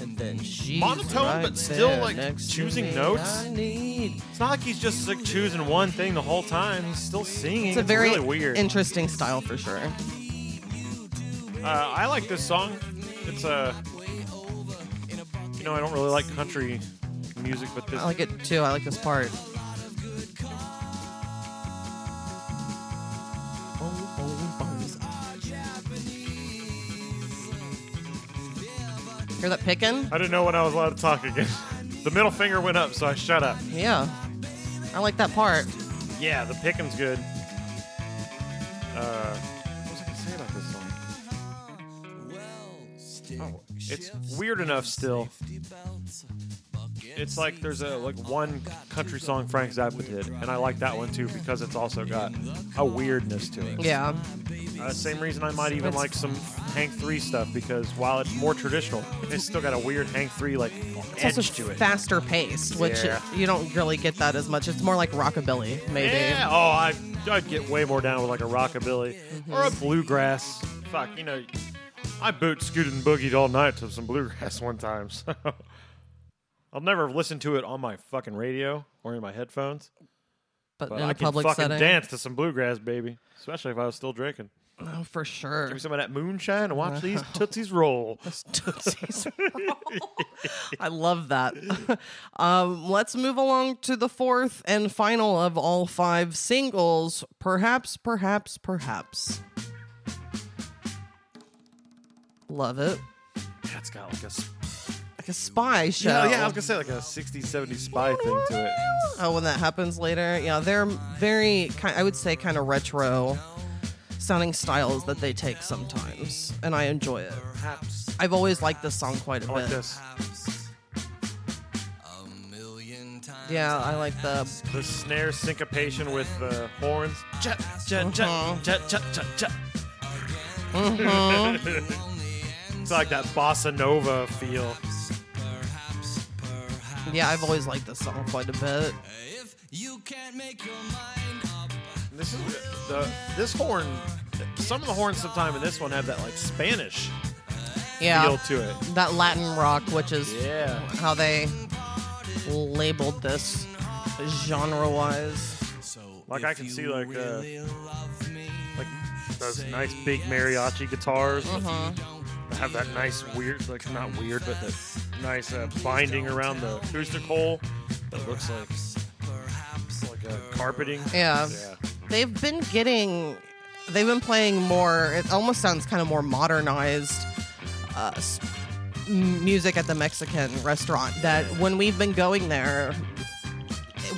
And then she's Monotone, right but still, there like, next to choosing me. notes? I need. It's not like he's just like choosing one thing the whole time. He's still singing. It's a very really weird. interesting style for sure. Uh, I like this song. It's a. You know, I don't really like country music, but this I like it too. I like this part. Hear that picking? I didn't know when I was allowed to talk again. the middle finger went up, so I shut up. Yeah. I like that part. Yeah, the pick'em's good. Uh, what was I gonna say about this song? Oh, it's weird enough still. It's like there's a like one country song Frank Zappa did, and I like that one too because it's also got a weirdness to it. Yeah. Uh, same reason I might even like some Hank Three stuff because while it's more traditional, it's still got a weird Hank Three like edge It's also to it. faster paced, which Yeah. you don't really get that as much. It's more like rockabilly, maybe. Yeah. Oh, I, I'd get way more down with like a rockabilly Mm-hmm. or a bluegrass. Fuck, you know, I boot scooted and boogied all night to some bluegrass one time. So I'll never have listened to it on my fucking radio or in my headphones. But, But in a I can public fucking setting. dance to some bluegrass, baby. Especially if I was still drinking. Oh, for sure. Give me some of that moonshine and watch these tootsies roll. Tootsie's Roll. I love that. um, let's move along to the fourth and final of all five singles. Perhaps, perhaps, perhaps. Love it. That's got like a. sp- Like a spy show. Yeah, yeah. I was gonna say like a 60s, 70s spy thing to it. Oh, when that happens later. Yeah, they're very, ki- I would say, kind of retro sounding styles that they take sometimes. And I enjoy it. Perhaps. I've always liked this song quite a I bit. like this. Yeah, I like the The snare syncopation with the horns. Cha, cha, cha, Mhm. cha, cha, cha, cha. It's like that bossa nova feel. Yeah, I've always liked this song quite a bit. This is the this horn. Some of the horns sometime in this one have that like Spanish Yeah, feel to it. that Latin rock, which is Yeah. how they labeled this genre-wise. Like I can see like uh, like those nice big mariachi guitars Uh-huh. that have that nice weird like not weird but that nice uh, binding around the acoustic hole that looks like like a carpeting. Yeah. Yeah. they've been getting, they've been playing more. It almost sounds kind of more modernized uh, s- m- music at the Mexican restaurant. That when we've been going there.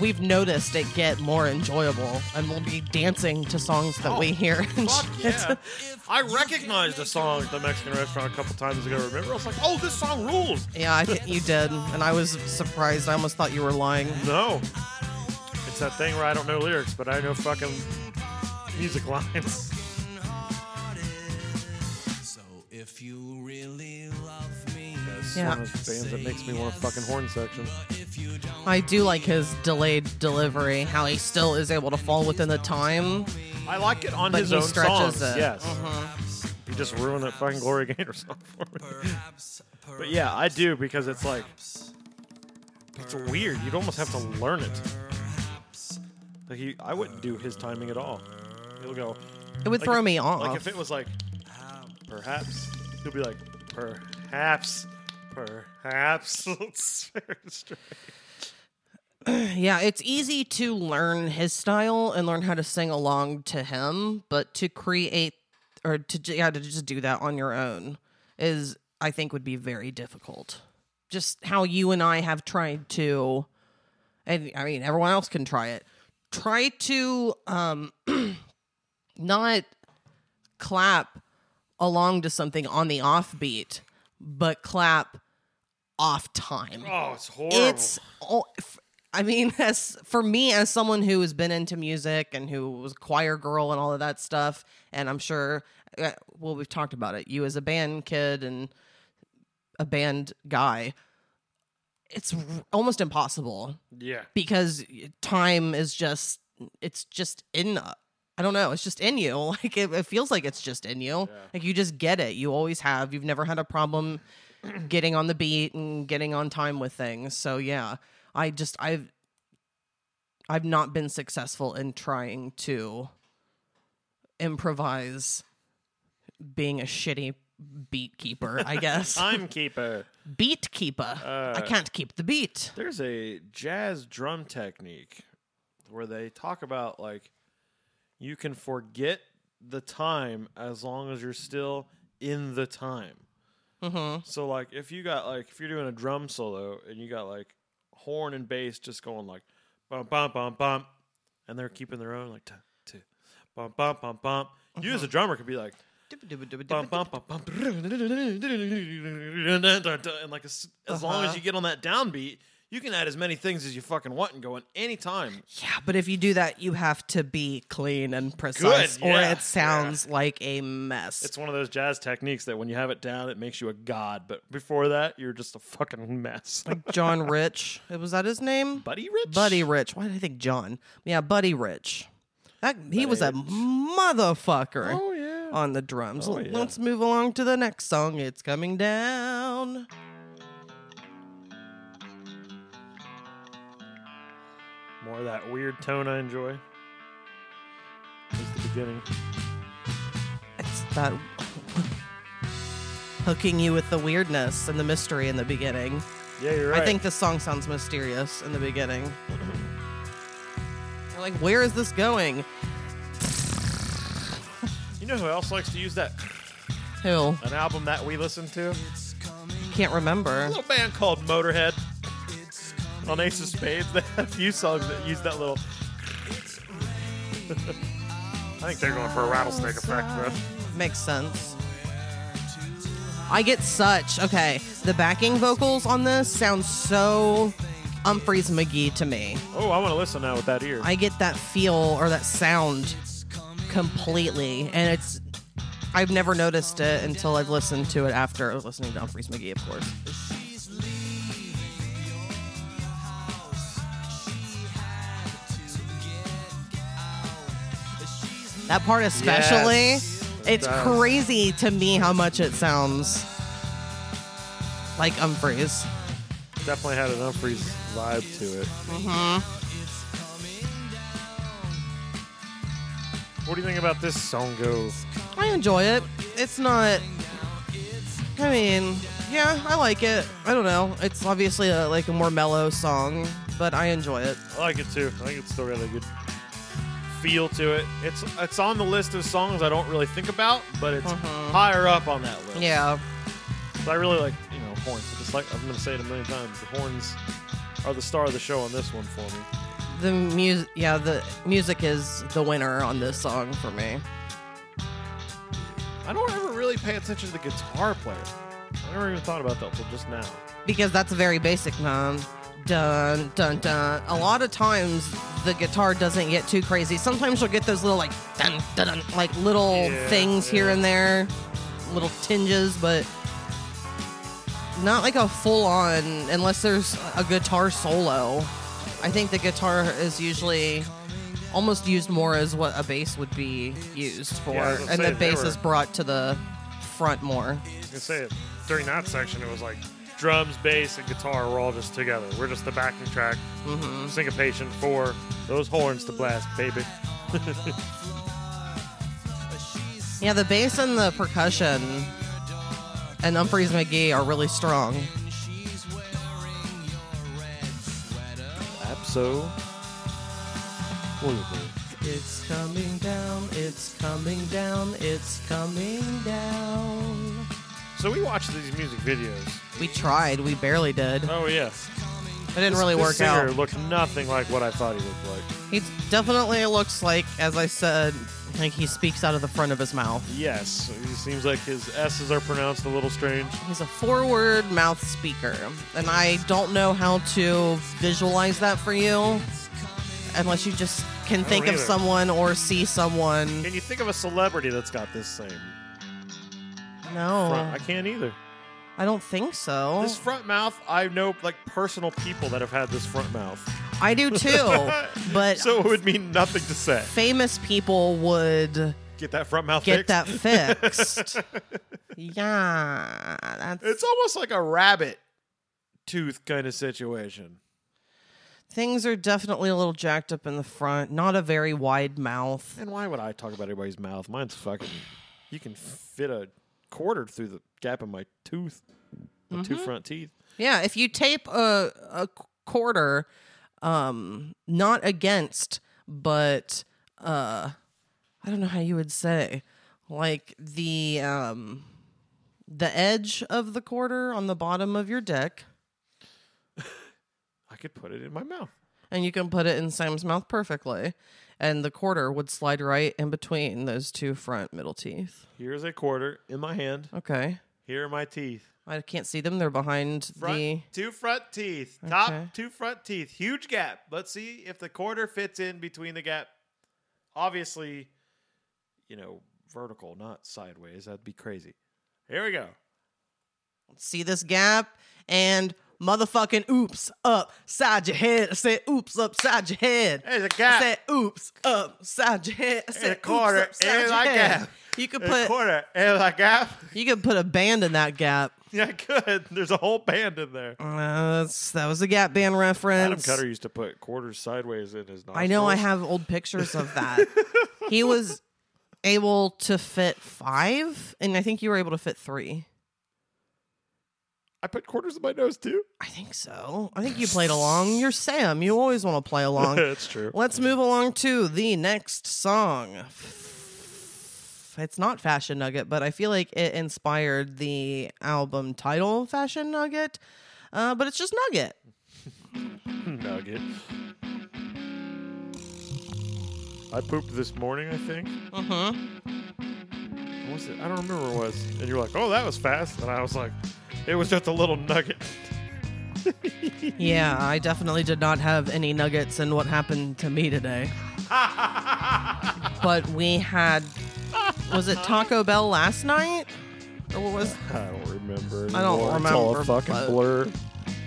We've noticed it get more enjoyable, and we'll be dancing to songs that we hear. and Oh, Fuck shit. yeah! I recognized the song at the Mexican restaurant a couple times ago. Remember, I was like, "Oh, this song rules!" Yeah, I think you did, and I was surprised. I almost thought you were lying. No, it's that thing where I don't know lyrics, but I know fucking music lines. It's Yeah. one of those bands that makes me want a fucking horn section. I do like his delayed delivery, how he still is able to fall within the time I like it on But his he own stretches songs. it. Uh-huh. Yes. You just ruined that fucking Gloria Gaynor song for me. But yeah, I do because it's like it's weird. You'd almost have to learn it. Like he, I wouldn't do his timing at all. He'll go It would like throw if- me off. Like if it was like perhaps, he'll be like perhaps, perhaps. Oh, It's very strange. Yeah, it's easy to learn his style and learn how to sing along to him, but to create or to j- yeah to just do that on your own is I think would be very difficult. Just how you and I have tried to, and I mean everyone else can try it. Try to um not clap along to something on the offbeat, but clap off time. Oh, it's horrible. It's all. f- I mean, as for me, as someone who has been into music and who was a choir girl and all of that stuff, and I'm sure, uh, well, we've talked about it. You as a band kid and a band guy, it's r- almost impossible yeah. because time is just it's just in i don't know it's just in you like it, it feels like it's just in you like you just get it you always have you've never had a problem getting on the beat and getting on time with things so yeah i just i've i've not been successful in trying to improvise being a shitty beat keeper i guess Timekeeper. beat keeper i can't keep the beat There's a jazz drum technique where they talk about like you can forget the time as long as you're still in the time. So like if you got like if you're doing a drum solo and you got like horn and bass just going like bump bump bump bump and they're keeping their own like t- t- bump bump bump bump. You as a drummer could be like bum, bum, bum, bum, and like as, as Uh-huh. long as you get on that downbeat, you can add as many things as you fucking want and go in any time. Yeah, but if you do that, you have to be clean and precise, or yeah, it sounds like a mess. It's one of those jazz techniques that when you have it down, it makes you a god. But before that, you're just a fucking mess. John Rich. Was that his name? Buddy Rich? Buddy Rich. Why did I think John? Yeah, Buddy Rich. That, he was a motherfucker Oh, on the drums. L- Let's move along to the next song. It's coming down. More of that weird tone I enjoy. Just the beginning. It's that hooking you with the weirdness and the mystery in the beginning. Yeah, you're right. I think this song sounds mysterious in the beginning. We're like, where is this going? you know who else likes to use that? Who? An album that we listen to? A Can't remember. little band called Motorhead. On Ace of Spades, they have a few songs that use that little. I think they're going for a rattlesnake effect, bro. Makes sense. I get such okay. The backing vocals on this sound so Humphreys McGee to me. Oh, I want to listen now with that ear. I get that feel or that sound completely, and it's I've never noticed it until I've listened to it after listening to Humphreys McGee, of course. That part especially, Yes, it's does. crazy to me how much it sounds like Humphreys. Definitely had an Humphreys vibe to it. Mm-hmm. What do you think about this song? Go. I enjoy it. It's not. I mean, yeah, I like it. I don't know. It's obviously a, like a more mellow song, but I enjoy it. I like it too. I think it's still got a good feel to it. It's it's on the list of songs I don't really think about, but it's higher up on that list. Yeah. So I really like you know horns. It's like I'm gonna say it a million times. The horns are the star of the show on this one for me. The music, yeah, the music is the winner on this song for me. I don't ever really pay attention to the guitar player. I never even thought about that till just now. because that's very basic, man. Dun dun dun. A lot of times the guitar doesn't get too crazy. Sometimes you'll get those little like dun dun, dun like little Yeah, things here and there, little tinges, but not like a full on unless there's a guitar solo. I think the guitar is usually almost used more as what a bass would be used for, Yeah, I was gonna and say, the they bass were- is brought to the front more. I can say it during that section. It was like drums, bass, and guitar were all just together. We're just the backing track, Mm-hmm. syncopation for those horns to blast, baby. Yeah, the bass and the percussion and Humphreys McGee are really strong. Abso. It's coming down, it's coming down, it's coming down. So we watched these music videos. We tried, we barely did. Oh yeah, It didn't really This work singer out. Looked nothing like what I thought he looked like. He definitely looks like, as I said, like he speaks out of the front of his mouth. Yes, he seems like his s's are pronounced a little strange. He's a forward mouth speaker, and I don't know how to visualize that for you unless you just can don't think of either. someone or see someone. Can you think of a celebrity that's got this same? No, Front? I can't either. oh. I don't think so. This front mouth, I know like personal people that have had this front mouth. I do too, Oh, but So it would mean nothing to say. famous people would Get that front mouth get fixed. that fixed. yeah, that's It's almost like a rabbit tooth kind of situation. things are definitely a little jacked up in the front. Not a very wide mouth. And why would I talk about everybody's mouth? Mine's fucking. You can fit a quarter through the gap in my tooth, my Mm-hmm. two front teeth. Yeah, if you tape a a quarter, um, not against, but uh, I don't know how you would say, like the um, the edge of the quarter on the bottom of your dick, I could put it in my mouth. and you can put it in Sam's mouth perfectly, and the quarter would slide right in between those two front middle teeth. Here's a quarter in my hand. Okay, Here are my teeth. I can't see them; they're behind Front, the. two front teeth. Top Okay. two front teeth. Huge gap. Let's see if the quarter fits in between the gap. Obviously, you know, vertical, not sideways. That'd be crazy. Here we go. see this gap and motherfucking oops upside your head. I said oops upside your head. There's a I gap. said oops upside your head. I said oops, quarter upside in your my head. gap. You could a put quarter in my gap. you could put a band in that gap. Yeah, good. There's a whole band in there. Uh, that's, that was a Gap Band reference. Adam Cutter used to put quarters sideways in his nostrils. I know I have old pictures of that. he was able to fit five, and I think you were able to fit three. I put quarters in my nose too. I think so. I think you played along. You're Sam. You always want to play along. That's true. Let's move along to the next song. It's not Fashion Nugget, but I feel like it inspired the album title Fashion Nugget. Uh, but it's just Nugget. Nugget. I pooped this morning, I think. Mm-hmm. What was it? I don't remember what it was. And you're like, oh, that was fast. And I was like, it was just a little nugget. Yeah, I definitely did not have any nuggets in what happened to me today. but we had, was it Taco Bell last night? Or what was I don't remember. I don't anymore. It's all a remember, fucking but- blur.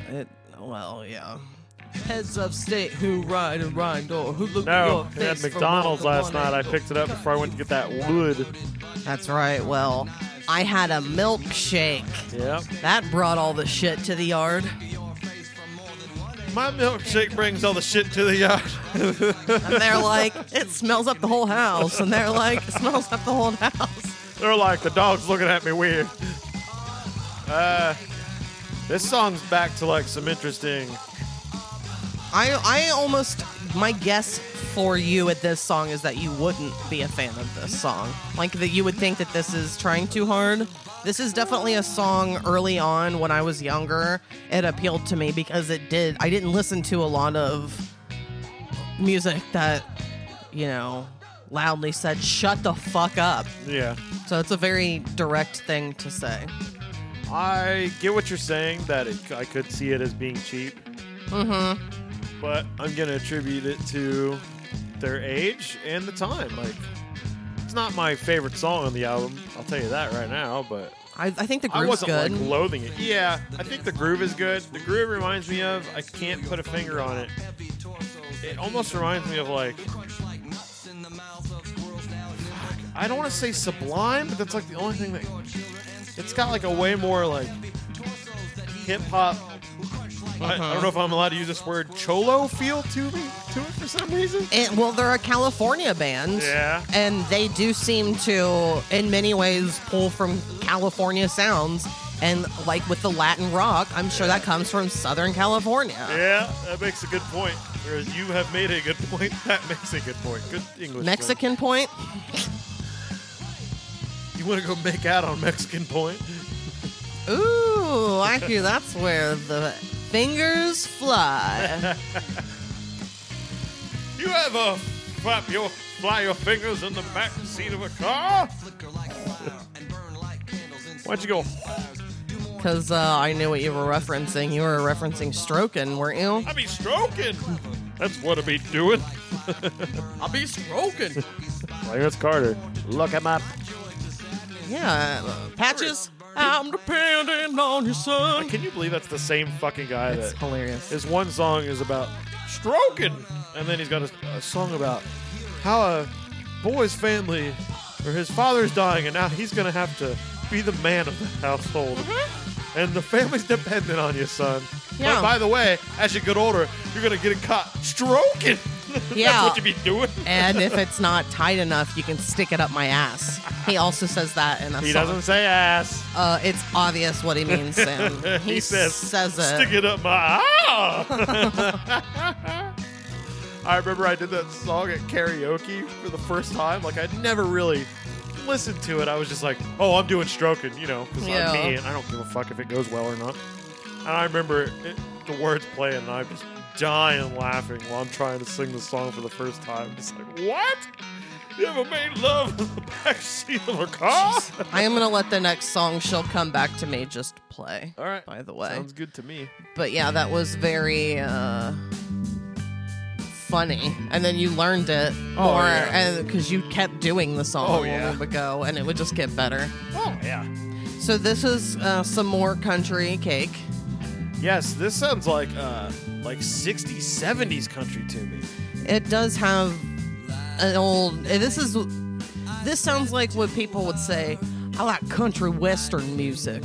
it? Well, yeah. Heads of state who ride and ride or who look No, at I your had face from McDonald's one to last one night. I angle. picked it up before I went to get that wood. That's right. Well, I had a milkshake. Yep. That brought all the shit to the yard. My milkshake brings all the shit to the yard. And they're like, it smells up the whole house. And they're like, it smells up the whole house. They're like, the dog's looking at me weird. Uh, this song's back to like some interesting. I, I almost, my guess for you at this song is that you wouldn't be a fan of this song. Like, that you would think that this is trying too hard. This is definitely a song early on when I was younger. It appealed to me because it did. I didn't listen to a lot of music that, you know, loudly said, shut the fuck up. Yeah. So it's a very direct thing to say. I get what you're saying that it, I could see it as being cheap, Mm-hmm. but I'm gonna attribute it to their age and the time. Like, it's not my favorite song on the album. I'll tell you that right now. But I, I think the I groove's wasn't good. like loathing it. Yeah, I think the groove is good. The groove reminds me of I can't put a finger on it. It almost reminds me of like I don't want to say sublime, but that's like the only thing that it's got like a way more like hip hop. I, I Mm-hmm. don't know if I'm allowed to use this word cholo feel to me to it for some reason. And, well, they're a California band. Yeah. And they do seem to, in many ways, pull from California sounds. And like with the Latin rock, I'm sure that comes from Southern California. Yeah, that makes a good point. Whereas you have made a good point. That makes a good point. Good English. Mexican. Mexican point? You want to go make out on Mexican point? Ooh, I hear that's where the fingers fly. You ever flap your fly your fingers in the back seat of a car? Why'd you go? Because uh, I knew what you were referencing. You were referencing stroking, weren't you? I be stroking. That's what I be doing. I'll be stroking. Clarence Carter. Look him up. Yeah, uh, patches. I'm depending on your son. Can you believe that's the same fucking guy It's that hilarious. his one song is about stroking, and then he's got a, a song about how a boy's family or his father's dying, and now he's gonna have to be the man of the household. And the family's dependent on you, son. Mm-hmm. Yeah. But by the way, as you get older, you're gonna get caught stroking. Yeah. That's what you be doing. and if it's not tight enough, you can stick it up my ass. He also says that in a He song. doesn't say ass. Uh, it's obvious what he means, Sam. He says, says it. Stick it up my ah! I remember I did that song at karaoke for the first time. Like I'd never really listened to it. I was just like, "Oh, I'm doing stroking," you know, because Yeah. I'm me and I don't give a fuck if it goes well or not. And I remember it, the words playing, and I'm just dying laughing while I'm trying to sing the song for the first time. It's like, what? You ever made love in the backseat of a car? I am gonna let the next song "She'll Come Back to Me" just play. All right. By the way, Sounds good to me. but yeah, that was very uh, funny. And then you learned it more Oh, yeah. because you kept doing the song Oh, a yeah. little ago, and it would just get better. Oh yeah. So this is uh, some more country cake. Yes, this sounds like uh like 60s 70s country to me. It does have an old. This is this sounds like what people would say. I like country western music.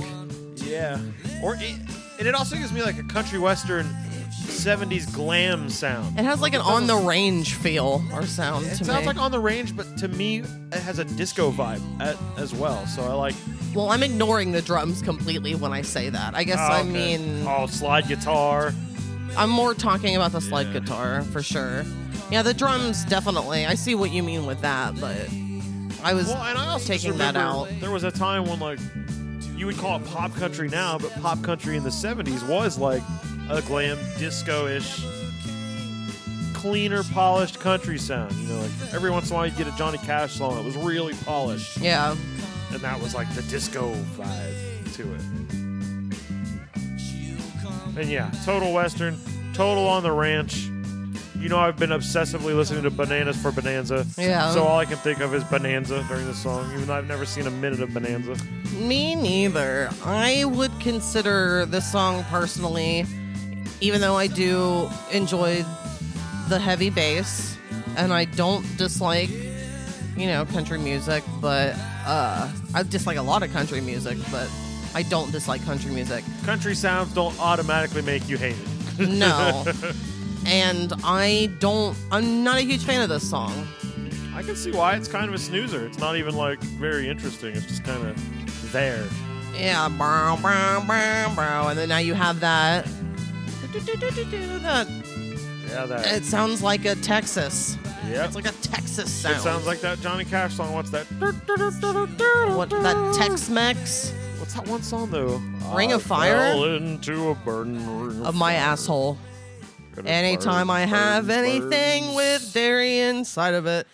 Yeah. Or it, and it also gives me like a country western 70s glam sound. It has like an on the range feel or sound It to sounds me. like on the range, but to me it has a disco vibe a as well. So I like well, I'm ignoring the drums completely when I say that. I guess Oh, I okay. mean oh slide guitar. I'm more talking about the slide guitar for sure. Yeah, the drums definitely. I see what you mean with that, but I was Well, and I also just taking that out. remember There was a time when like you would call it pop country now, but pop country in the 70s was like a glam disco-ish cleaner polished country sound you know like every once in a while you get a johnny cash song that was really polished Yeah. and that was like the disco vibe to it. And yeah, total western, total on the ranch. You know, I've been obsessively listening to Bananas for Bonanza. Yeah. So all I can think of is Bonanza during this song, even though I've never seen a minute of Bonanza. Me neither. I would consider this song personally, even though I do enjoy the heavy bass and I don't dislike, you know, country music, but uh, I dislike a lot of country music, but I don't dislike country music. Country sounds don't automatically make you hate it. No. and I don't, I'm not a huge fan of this song. I can see why it's kind of a snoozer. It's not even like very interesting. It's just kind of there. Yeah, bow, bow, bow, bow. And then now you have that. That Yeah, that. It sounds like a Texas. yeah. It's like a Texas sound. it sounds like that Johnny Cash song. What's that? what that Tex-Mex What's that one song though? Ring of Fire? Fell into a burning ring of my asshole. Anytime I have anything with dairy inside of it,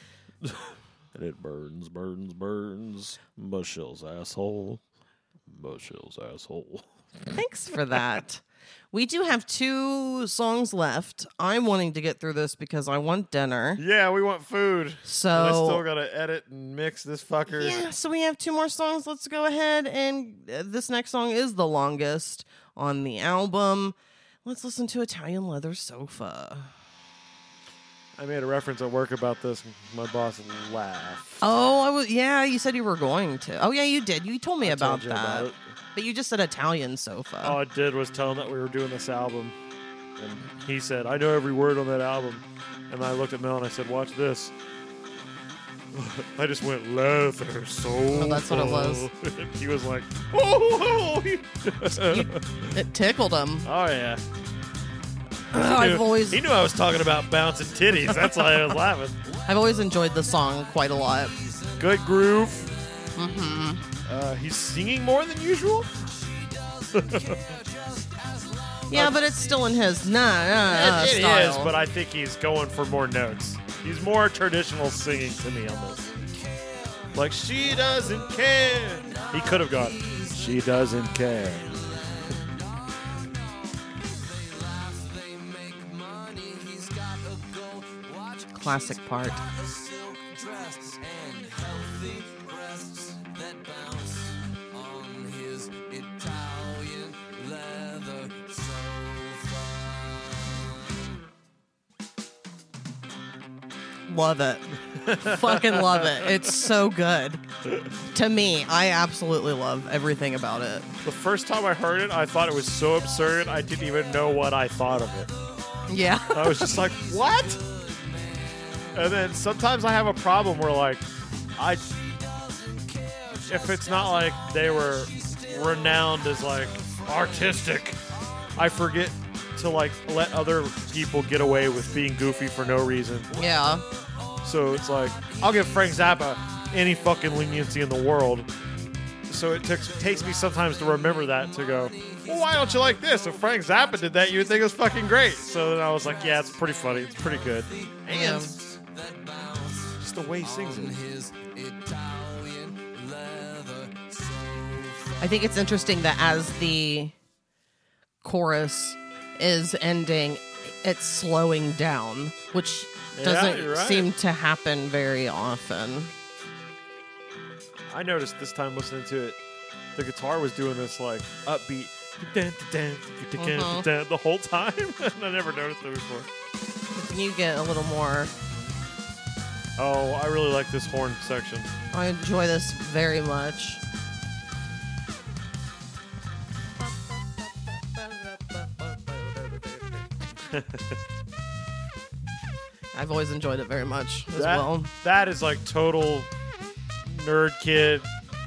and it burns, burns, burns. Bushell's asshole. Bushell's asshole. thanks for that. We do have two songs left. I'm wanting to get through this because I want dinner. Yeah, we want food. And I still So gotta edit and mix this fucker. yeah, so we have two more songs. Let's go ahead and uh, this next song is the longest on the album. Let's listen to Italian Leather Sofa. I made a reference at work about this. My boss laughed. Oh, I was. Yeah, you said you were going to. Oh, yeah, you did. You told me about told you that. about it. Oh. but you just said Italian sofa. All I did was tell him that we were doing this album, and he said, "I know every word on that album." And I looked at Mel and I said, "Watch this." I just went leather so. Oh, that's what it was. he was like, "Oh, It tickled him. oh yeah." I've always, He knew I was talking about bouncing titties. That's why I was laughing. I've always enjoyed the song quite a lot. Good groove. Mm-hmm. Uh, he's singing more than usual. Yeah, but it's still in his nah, nah, nah Oh. It is, Uh, style. but I think he's going for more notes. He's more traditional singing to me on this. Like she doesn't care. He could have gone. She doesn't care. classic part. Love it. Fucking love it. It's so good. To me, I absolutely love everything about it. The first time I heard it, I thought it was so absurd. I didn't even know what I thought of it. Yeah. I was just like, what? And then sometimes I have a problem where like I if it's not like they were renowned as like artistic, I forget to like let other people get away with being goofy for no reason. Yeah. So it's like I'll give Frank Zappa any fucking leniency in the world. So it takes takes me sometimes to remember that to go, well, why don't you like this? If Frank Zappa did that, you would think it was fucking great. So then I was like, yeah, it's pretty funny. It's pretty good. Yeah. And just the way he sings it. I think it's interesting that as the chorus is ending, it's slowing down, which Yeah, doesn't you're right. seem to happen very often. I noticed this time listening to it, the guitar was doing this like upbeat Uh-huh. the whole time. and I never noticed it before. You get a little more. Oh, I really like this horn section. I enjoy this very much. I've always enjoyed it very much as that, well. That is like total nerd kid.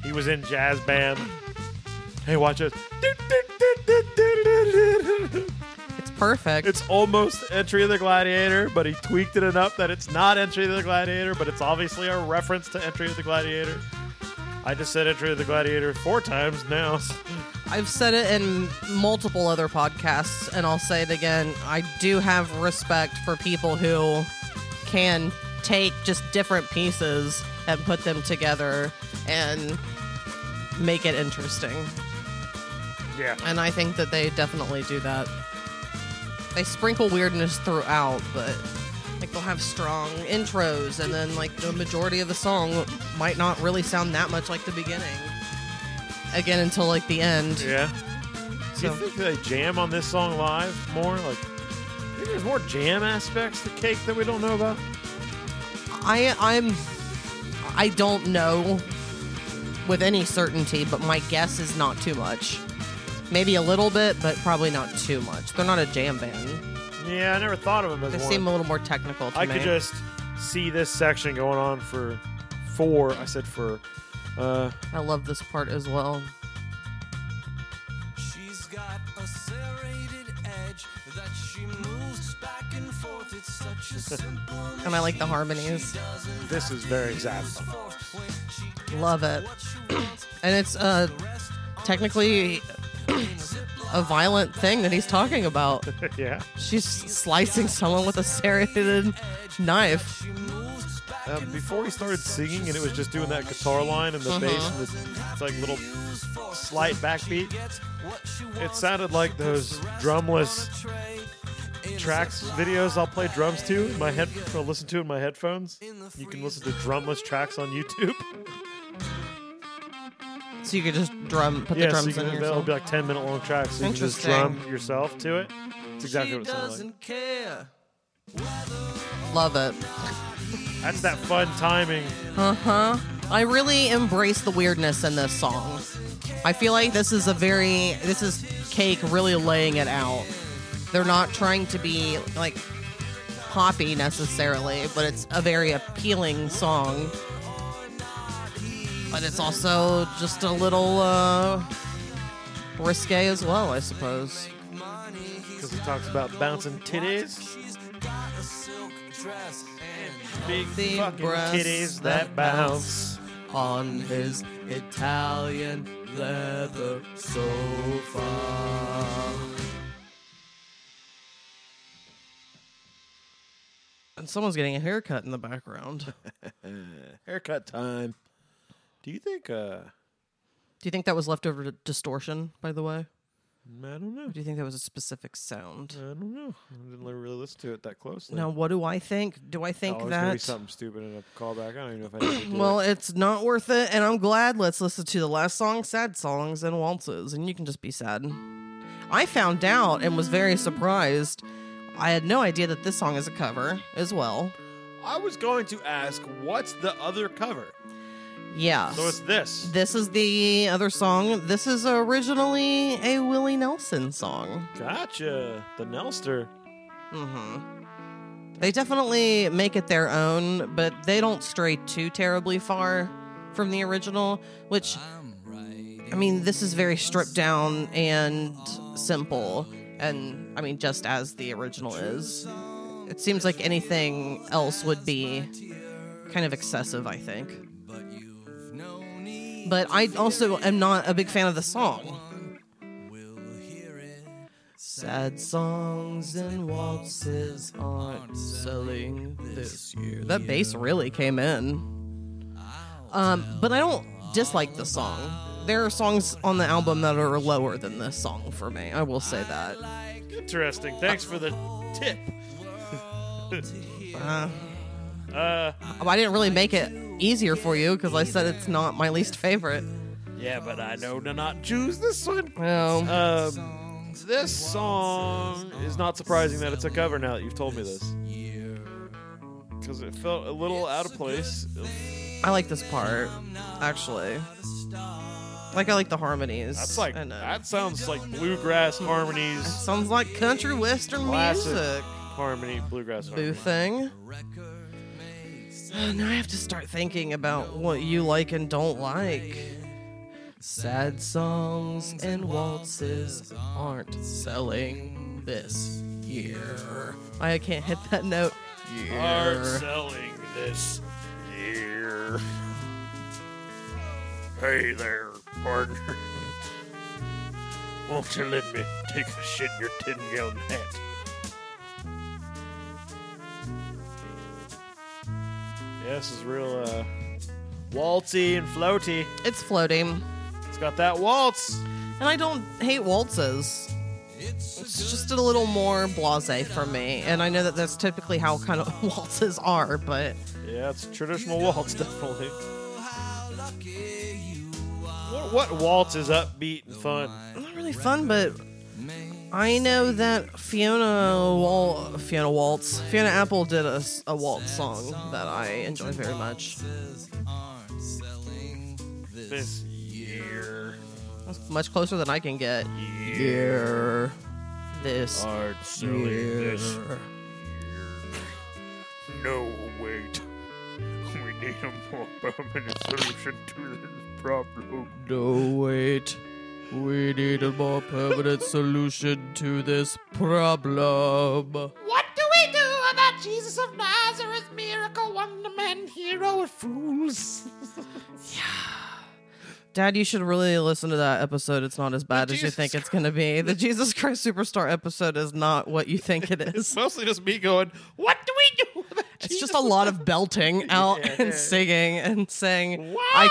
He was in jazz band. Hey, watch it. It's perfect. It's almost Entry of the Gladiator, but he tweaked it enough that it's not Entry of the Gladiator, but it's obviously a reference to Entry of the Gladiator. I just said Entry of the Gladiator four times now. I've said it in multiple other podcasts, and I'll say it again. I do have respect for people who can take just different pieces and put them together and make it interesting. Yeah. And I think that they definitely do that. They sprinkle weirdness throughout, but like they'll have strong intros, and then like the majority of the song might not really sound that much like the beginning. Again, until like the end. Yeah. Do you So- think they jam on this song live more? Like, I think there's more jam aspects to Cake that we don't know about. I I'm I don't know with any certainty, but my guess is not too much. Maybe a little bit, but probably not too much. They're not a jam band. Yeah, I never thought of them as They one. seem a little more technical to I me. could just see this section going on for four. I said for. Uh, I love this part as well. She's got a serrated edge that she moves back and forth. It's such a simple And I like the harmonies. this is very Zappa. Love it. and it's uh technically a violent thing that he's talking about. yeah. She's slicing someone with a serrated knife. Um, before he started singing, and it was just doing that guitar line and the Mm-hmm. bass and the it's like little slight backbeat. It sounded like those drumless tracks videos I'll play drums to in my head or listen to in my headphones. You can listen to drumless tracks on YouTube. So you could just drum put yeah, the so drums you in can, that'll yourself. be like ten minute long tracks. So you can just drum Interesting. yourself to it. It's exactly what it sounds like. care. Love it. That's that fun timing. Uh huh. I really embrace the weirdness in this song. I feel like this is a very, this is Cake really laying it out. They're not trying to be like poppy necessarily, but it's a very appealing song. But it's also just a little uh, risque as well, I suppose. Because he talks about bouncing titties. Big The fucking breasts titties that bounce. on his Italian leather sofa. And someone's getting a haircut in the background. Do Haircut time. Do you think, uh, you think that was leftover d- distortion, by the way? I don't know. Or do you think that was a specific sound? I don't know. I didn't really listen to it that closely. Now, what do I think? Do I think oh, it's gonna be that? something stupid and a callback. I don't even know if I need to do Well, it. it's not worth it, and I'm glad. Let's listen to the last song, sad songs and waltzes, and you can just be sad. I found out and was very surprised. I had no idea that this song is a cover as well. I was going to ask, what's the other cover? Yeah. So it's this. This is the other song. This is originally a Willie Nelson song. Gotcha. The Nelster. Mm-hmm. They definitely make it their own, but they don't stray too terribly far from the original, which I mean, this is very stripped down and simple and I mean just as the original is. It seems like anything else would be kind of excessive, I think. But I also am not a big fan of the song. Sad songs and waltzes aren't selling this year. That bass really came in. Um, but I don't dislike the song. There are songs on the album that are lower than this song for me. I will say that. Interesting. Thanks for the tip. Uh, Uh, I didn't really make it easier for you because I said it's not my least favorite. Yeah, but I know to not choose this one. Um, Um, this song is not surprising that it's a cover now that you've told me this. Because it felt a little out of place. I like this part, actually. Like I like the harmonies. That's like and, uh, that sounds like bluegrass harmonies. sounds like country western classic music. harmony, bluegrass Boo harmony. thing. Uh, now I have to start thinking about what you like and don't like. Sad songs and waltzes aren't selling this year. I can't hit that note. Hard Year. selling this year. Hey there, partner. Won't you let me take a shit in your tin gallon hat? Yeah, this is real uh, waltzy and floaty. It's floating. It's got that waltz. And I don't hate waltzes. It's just a little more blase for me. And I know that that's typically how kind of waltzes are, but Yeah, it's a traditional waltz, definitely. What, what waltz is upbeat and fun? not really fun, but I know that Fiona Wal- Fiona Waltz, Fiona Apple did a, s- a waltz song that I enjoy very much. This year. That's much closer than I can get. Year. This Hard selling Oh, this year. No, wait. We need a more permanent solution to this problem. No, wait. We need a more permanent solution to this problem. What do we do about Jesus of Nazareth, miracle, wonder man, hero of fools? Dad, you should really listen to that episode. It's not as bad as you think it's going to be. The Jesus Christ Superstar episode is not what you think it is. Mostly just me going, what do we do? It's just a lot of belting out and singing and saying. I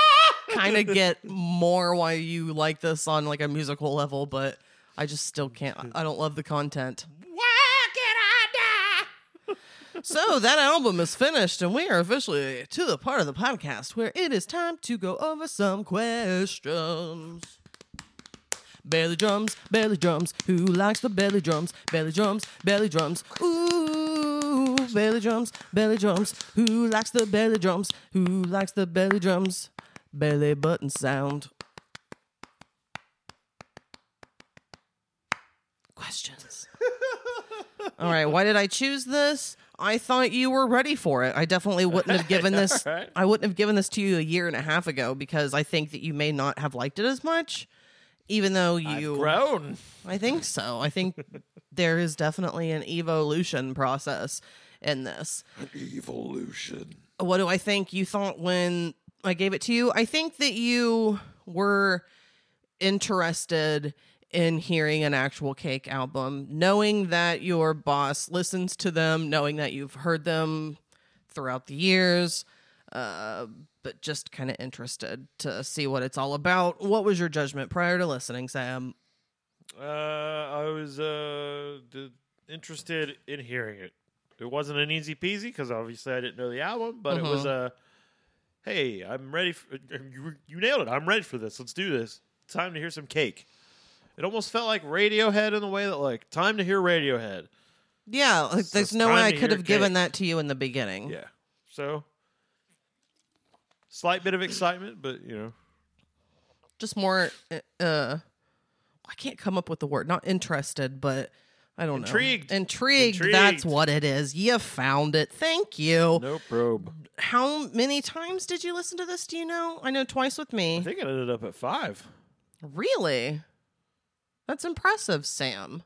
kind of get more why you like this on like a musical level, but I just still can't. I don't love the content. So that album is finished, and we are officially to the part of the podcast where it is time to go over some questions. Belly drums, belly drums. Who likes the belly drums? Belly drums, belly drums. Ooh, belly drums, belly drums. Who likes the belly drums? Who likes the belly drums? Belly button sound. Questions. All right, why did I choose this? I thought you were ready for it. I definitely wouldn't have given this All right. I wouldn't have given this to you a year and a half ago because I think that you may not have liked it as much even though you grown. I think so. I think there is definitely an evolution process in this. Evolution. What do I think you thought when I gave it to you? I think that you were interested in hearing an actual cake album, knowing that your boss listens to them, knowing that you've heard them throughout the years, uh, but just kind of interested to see what it's all about. What was your judgment prior to listening, Sam? Uh, I was uh, d- interested in hearing it. It wasn't an easy peasy because obviously I didn't know the album, but it was a hey, I'm ready. For, you, you nailed it. I'm ready for this. Let's do this. Time to hear some cake. It almost felt like Radiohead in the way that like time to hear Radiohead. Yeah, like, there's it's no way time I to could hear have given cake. that to you in the beginning. Yeah. So slight bit of excitement, but you know, Just more, uh, uh, I can't come up with the word. Not interested, but I don't Intrigued. know. Intrigued. Intrigued. Intrigued. That's what it is. You found it. Thank you. no probe. How many times did you listen to this? Do you know? I know twice with I me. think it ended up at five. Really? That's impressive, Sam.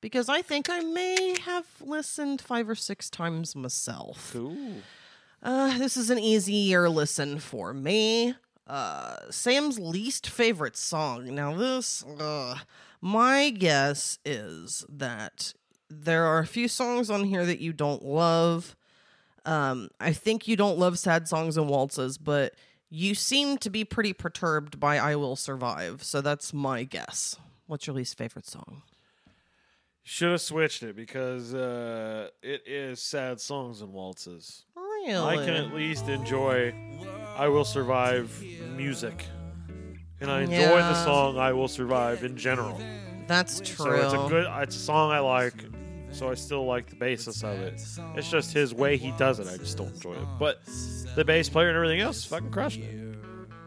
Because I think I may have listened five or six times myself. Ooh. Uh, this is an easier listen for me. Uh, Sam's least favorite song. Now, this, uh, my guess is that there are a few songs on here that you don't love. Um, I think you don't love sad songs and waltzes, but you seem to be pretty perturbed by I Will Survive. So that's my guess. What's your least favorite song? Should have switched it because uh, it is sad songs and waltzes. Really? I can at least enjoy I Will Survive music. And I enjoy Yeah. the song I Will Survive in general. that's true. So it's a good it's a song I like, so I still like the basis of it. It's just his way he does it. I just don't enjoy it. But the bass player and everything else fucking crushed it.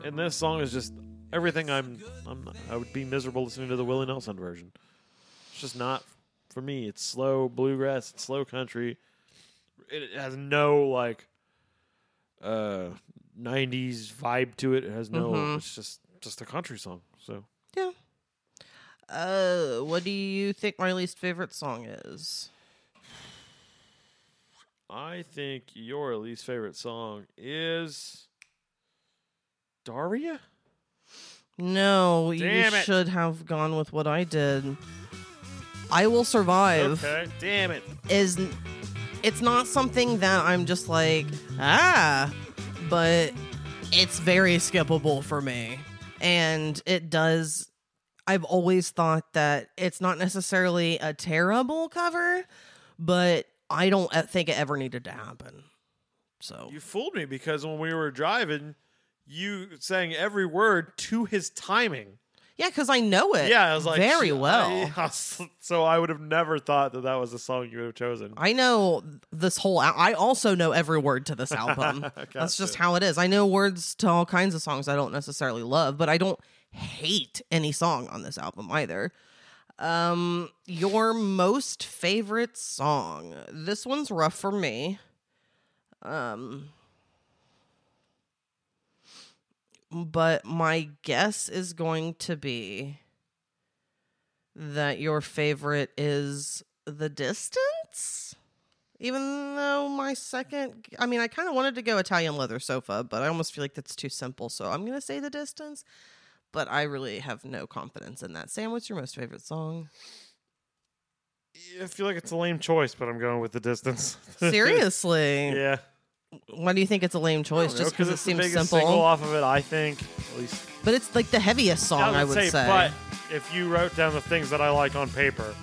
And this song is just everything I'm I'm I would be miserable listening to the Willie Nelson version. It's just not for me. It's slow bluegrass, it's slow country. It has no like uh 90s vibe to it. It has no Mhm. it's just just a country song. So Yeah. Uh, what do you think my least favorite song is? I think your least favorite song is Daria. No, Damn you it. should have gone with what I did. I will survive Okay, damn it. is it's not something that I'm just like, ah, but it's very skippable for me. And it does I've always thought that it's not necessarily a terrible cover, but I don't uh, think it ever needed to happen. So You fooled me because when we were driving, you sang every word to his timing. Yeah, because I know it. Yeah, I was like Uh, very "Sh- well. I- so I would have never thought that that was the song you would have chosen. I know this whole. Al- I also know every word to this album. That's just how it is. I know words to all kinds of songs I don't necessarily love, but I don't hate any song on this album either. Um, your most favorite song? This one's rough for me. Um, but my guess is going to be that your favorite is The Distance. Even though my second, I mean, I kind of wanted to go Italian leather sofa, but I almost feel like that's too simple. So I'm going to say The Distance, but I really have no confidence in that. Sam, what's your most favorite song? I feel like it's a lame choice, but I'm going with the distance. Seriously? yeah, Why do you think it's a lame choice? Just because it it's the seems biggest single simple. off of it. I think at least But it's like the heaviest song, I would say. But if you wrote down the things that I like on paper,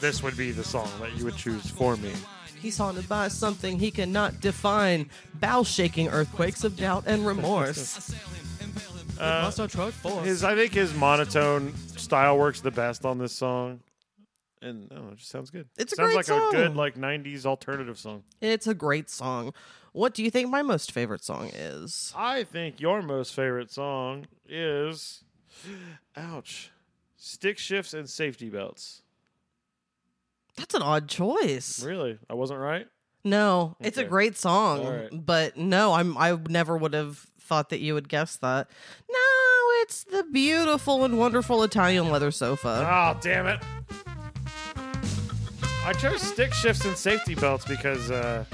this would be the song that you would choose for me. He's haunted by something he cannot define. Bow shaking earthquakes of doubt and remorse. Uh, Must not try force. his, I think his monotone style works the best on this song. and I don't know, it just sounds good. It's a sounds great like a good song. like '90s alternative song. It's a great song. What do you think my most favorite song is? I think your most favorite song is, ouch, stick shifts and safety belts. That's an odd choice. Really, I wasn't right. No, it's a Okay. great song, All right. but no, I'm I never would have thought that you would guess that. No, it's the beautiful and wonderful Italian leather sofa. Ah, Oh, damn it. I chose stick shifts and safety belts because uh,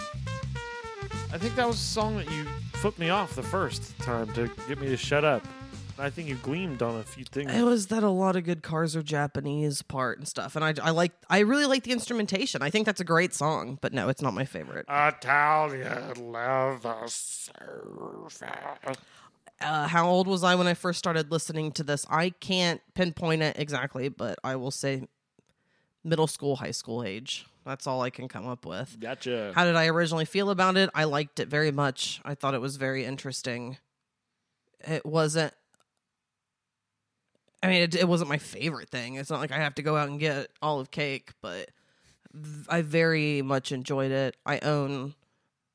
I think that was a song that you flipped me off the first time to get me to shut up. I think you gleamed on a few things. It was that a lot of good cars are Japanese part and stuff, and I I like I really like the instrumentation. I think that's a great song, but no, it's not my favorite. Uh, Italian leather sofa. uh, how old was I when I first started listening to this? I can't pinpoint it exactly, but I will say middle school, high school age. That's all I can come up with. Gotcha. How did I originally feel about it? I liked it very much. I thought it was very interesting. It wasn't. I mean, it, it wasn't my favorite thing. It's not like I have to go out and get olive cake, but th- I very much enjoyed it. I own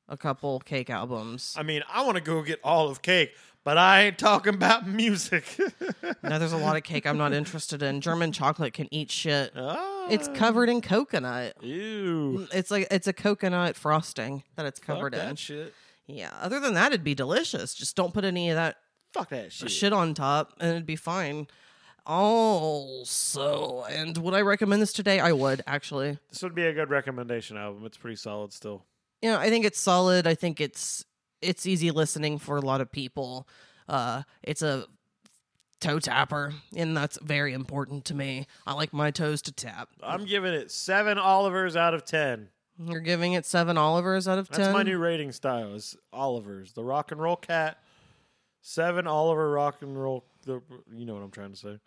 a couple cake albums. I mean, I want to go get olive cake, but I ain't talking about music. No, there's a lot of cake I'm not interested in. German chocolate can eat shit. Ah, It's covered in coconut. ew. It's like it's a coconut frosting that it's Fuck covered in. that shit. Yeah. Other than that, it'd be delicious. Just don't put any of that Fuck that shit. shit on top, and it'd be fine. Also, and would I recommend this today? I would actually. This would be a good recommendation album. It's pretty solid still. you know, I think it's solid. I think it's it's easy listening for a lot of people. Uh, it's a toe tapper, and that's very important to me. I like my toes to tap. I'm giving it seven Olivers out of ten. You're giving it seven Olivers out of ten. That's my new rating style. Is Oliver's the rock and roll cat? Seven Oliver rock and roll. The you know what I'm trying to say.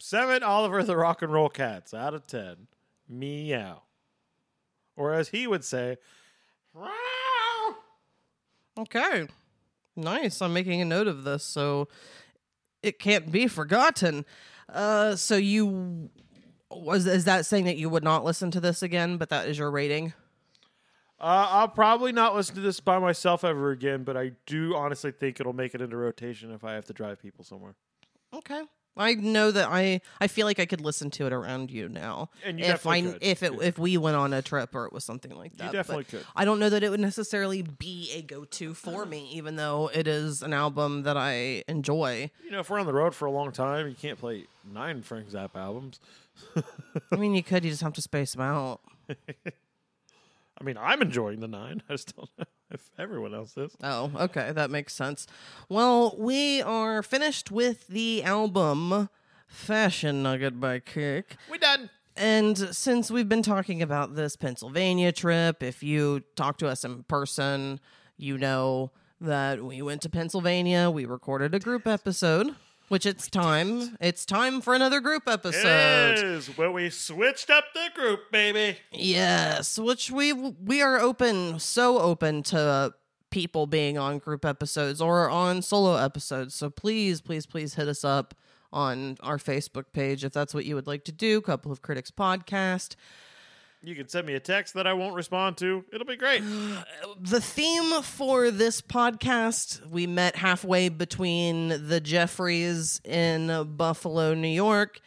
Seven Oliver the rock and roll cats out of ten. Meow. Or as he would say, Okay. Nice. I'm making a note of this so it can't be forgotten. Uh so you was is that saying that you would not listen to this again, but that is your rating? uh, "I'll probably not listen to this by myself ever again." But I do honestly think it'll make it into rotation if I have to drive people somewhere. Okay. I know that I I feel like I could listen to it around you now. And you if I definitely could. if it if we went on a trip or it was something like that. but definitely could. I don't know that it would necessarily be a go-to for me even though it is an album that I enjoy. You know, if we're on the road for a long time, you can't play nine Frank Zappa albums. I mean, you could you just have to space them out. I mean, I'm enjoying the nine. I just don't know if everyone else is. Oh, okay. That makes sense. Well, we are finished with the album Fashion Nugget by Kick. we done. And since we've been talking about this Pennsylvania trip, if you talk to us in person, you know that we went to Pennsylvania. We recorded a group episode, which it's time. It's time for another group episode. It is, but we switched up the group, baby. Yes, which we we are open, so open to people being on group episodes or on solo episodes. So please, please, please hit us up on our Facebook page if that's what you would like to do. Couple of Critics Podcast. You can send me a text that I won't respond to. It'll be great. The theme for this podcast, we met halfway between the Jeffries in Buffalo, New York,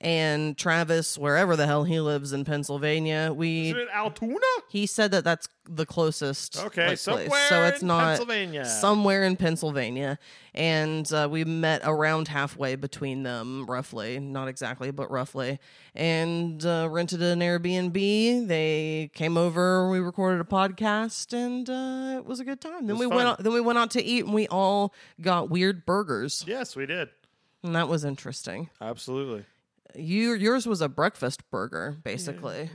and Travis, wherever the hell he lives in Pennsylvania. We Altoona? He said that that's the closest. Okay, like, somewhere So it's in not Pennsylvania. Somewhere in Pennsylvania, and uh, we met around halfway between them, roughly, not exactly, but roughly, and uh, rented an Airbnb. They came over, we recorded a podcast, and uh, it was a good time. Then we went. fun. Out, then we went out to eat, and we all got weird burgers, Yes, we did. and that was interesting. Absolutely. You yours was a breakfast burger, basically.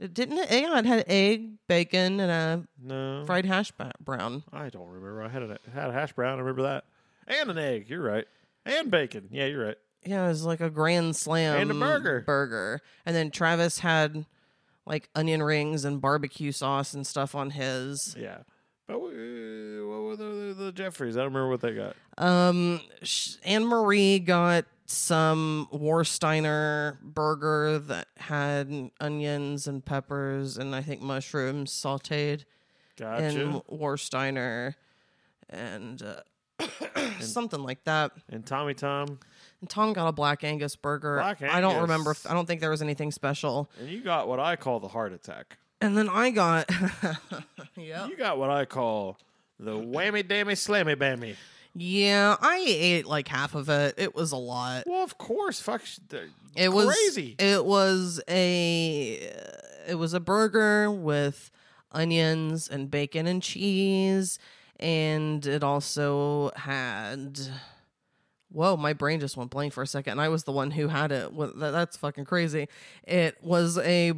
It didn't it? Yeah, it had egg, bacon, and a No. fried hash ba- brown. I don't remember. I had a, had a hash brown. I remember that. And an egg. You're right. And bacon. Yeah, you're right. Yeah, it was like a grand slam And a burger. Burger, and then Travis had like onion rings and barbecue sauce and stuff on his. Yeah. But we, what were the, the, the Jeffries? I don't remember what they got. Um, sh- Anne Marie got some Warsteiner burger that had onions and peppers and I think mushrooms sauteed in Gotcha. Warsteiner and, uh, something like that. And Tommy Tom, And Tom got a Black Angus burger. Black I don't remember. Angus. If, I don't think there was anything special. and you got what I call the heart attack. And then I got You got what I call the whammy dammy slammy bammy. Yeah, I ate like half of it. It was a lot. Well, of course, fuck. sh- It was crazy. It was a it was a burger with onions and bacon and cheese, and it also had. Whoa, my brain just went blank for a second. And I was the one who had it. Wha- that- That's fucking crazy. It was a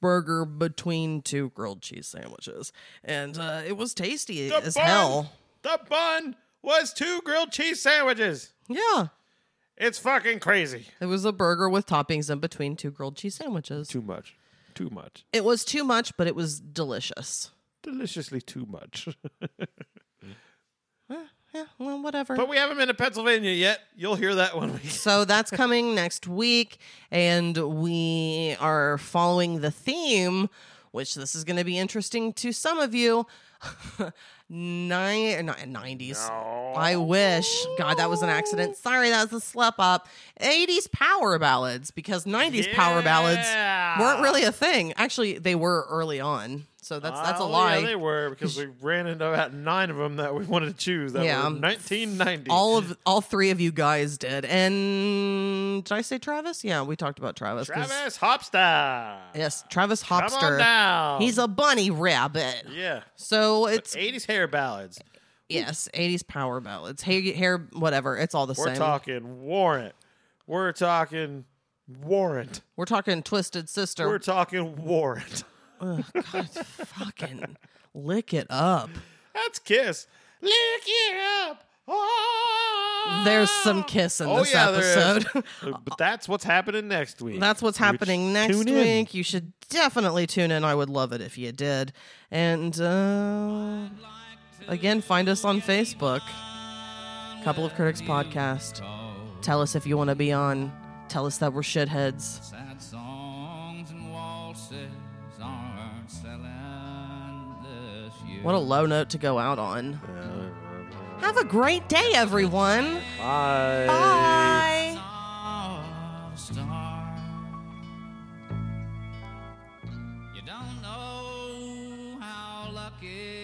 burger between two grilled cheese sandwiches, and uh, it was tasty The as bun- hell. The bun was two grilled cheese sandwiches. Yeah, It's fucking crazy. it was a burger with toppings in between two grilled cheese sandwiches. Too much. Too much. It was too much, but it was delicious. Deliciously too much. Eh, Yeah, well, whatever. but we haven't been to Pennsylvania yet. You'll hear that one. so that's coming next week, and we are following the theme, which this is going to be interesting to some of you. Nine, not nineties. I wish. God, that was an accident. Sorry, that was a slip up. Eighties power ballads, because nineties power ballads weren't really a thing. Actually, they were early on, so that's that's a Oh, lie. Yeah, they were because we ran into about nine of them that we wanted to choose. That Yeah. were 1990. all of all three of you guys did. And did I say Travis? Yeah, we talked about Travis. 'cause- Travis Hopstar. Yes, Travis on Hopster. down. He's a bunny rabbit. Yeah. So it's 80s hair ballads. yes, 80s power ballads. Hair, hair whatever, it's all the We're same. talking warrant. We're talking warrant. We're talking Twisted Sister. We're talking warrant. fucking lick it up. That's Kiss. Lick it up. Oh, There's some kiss in this yeah, there is. episode. but that's what's happening next week. That's what's Which- happening next tune in. week. You should definitely tune in. I would love it if you did. And uh, again, find us on Facebook. Couple of Critics Podcast. Tell us if you want to be on. Tell us that we're shitheads. Sad songs and waltzes aren't selling this year. What a low note to go out on. Have a great day, everyone. Bye. Bye. star. You don't know how lucky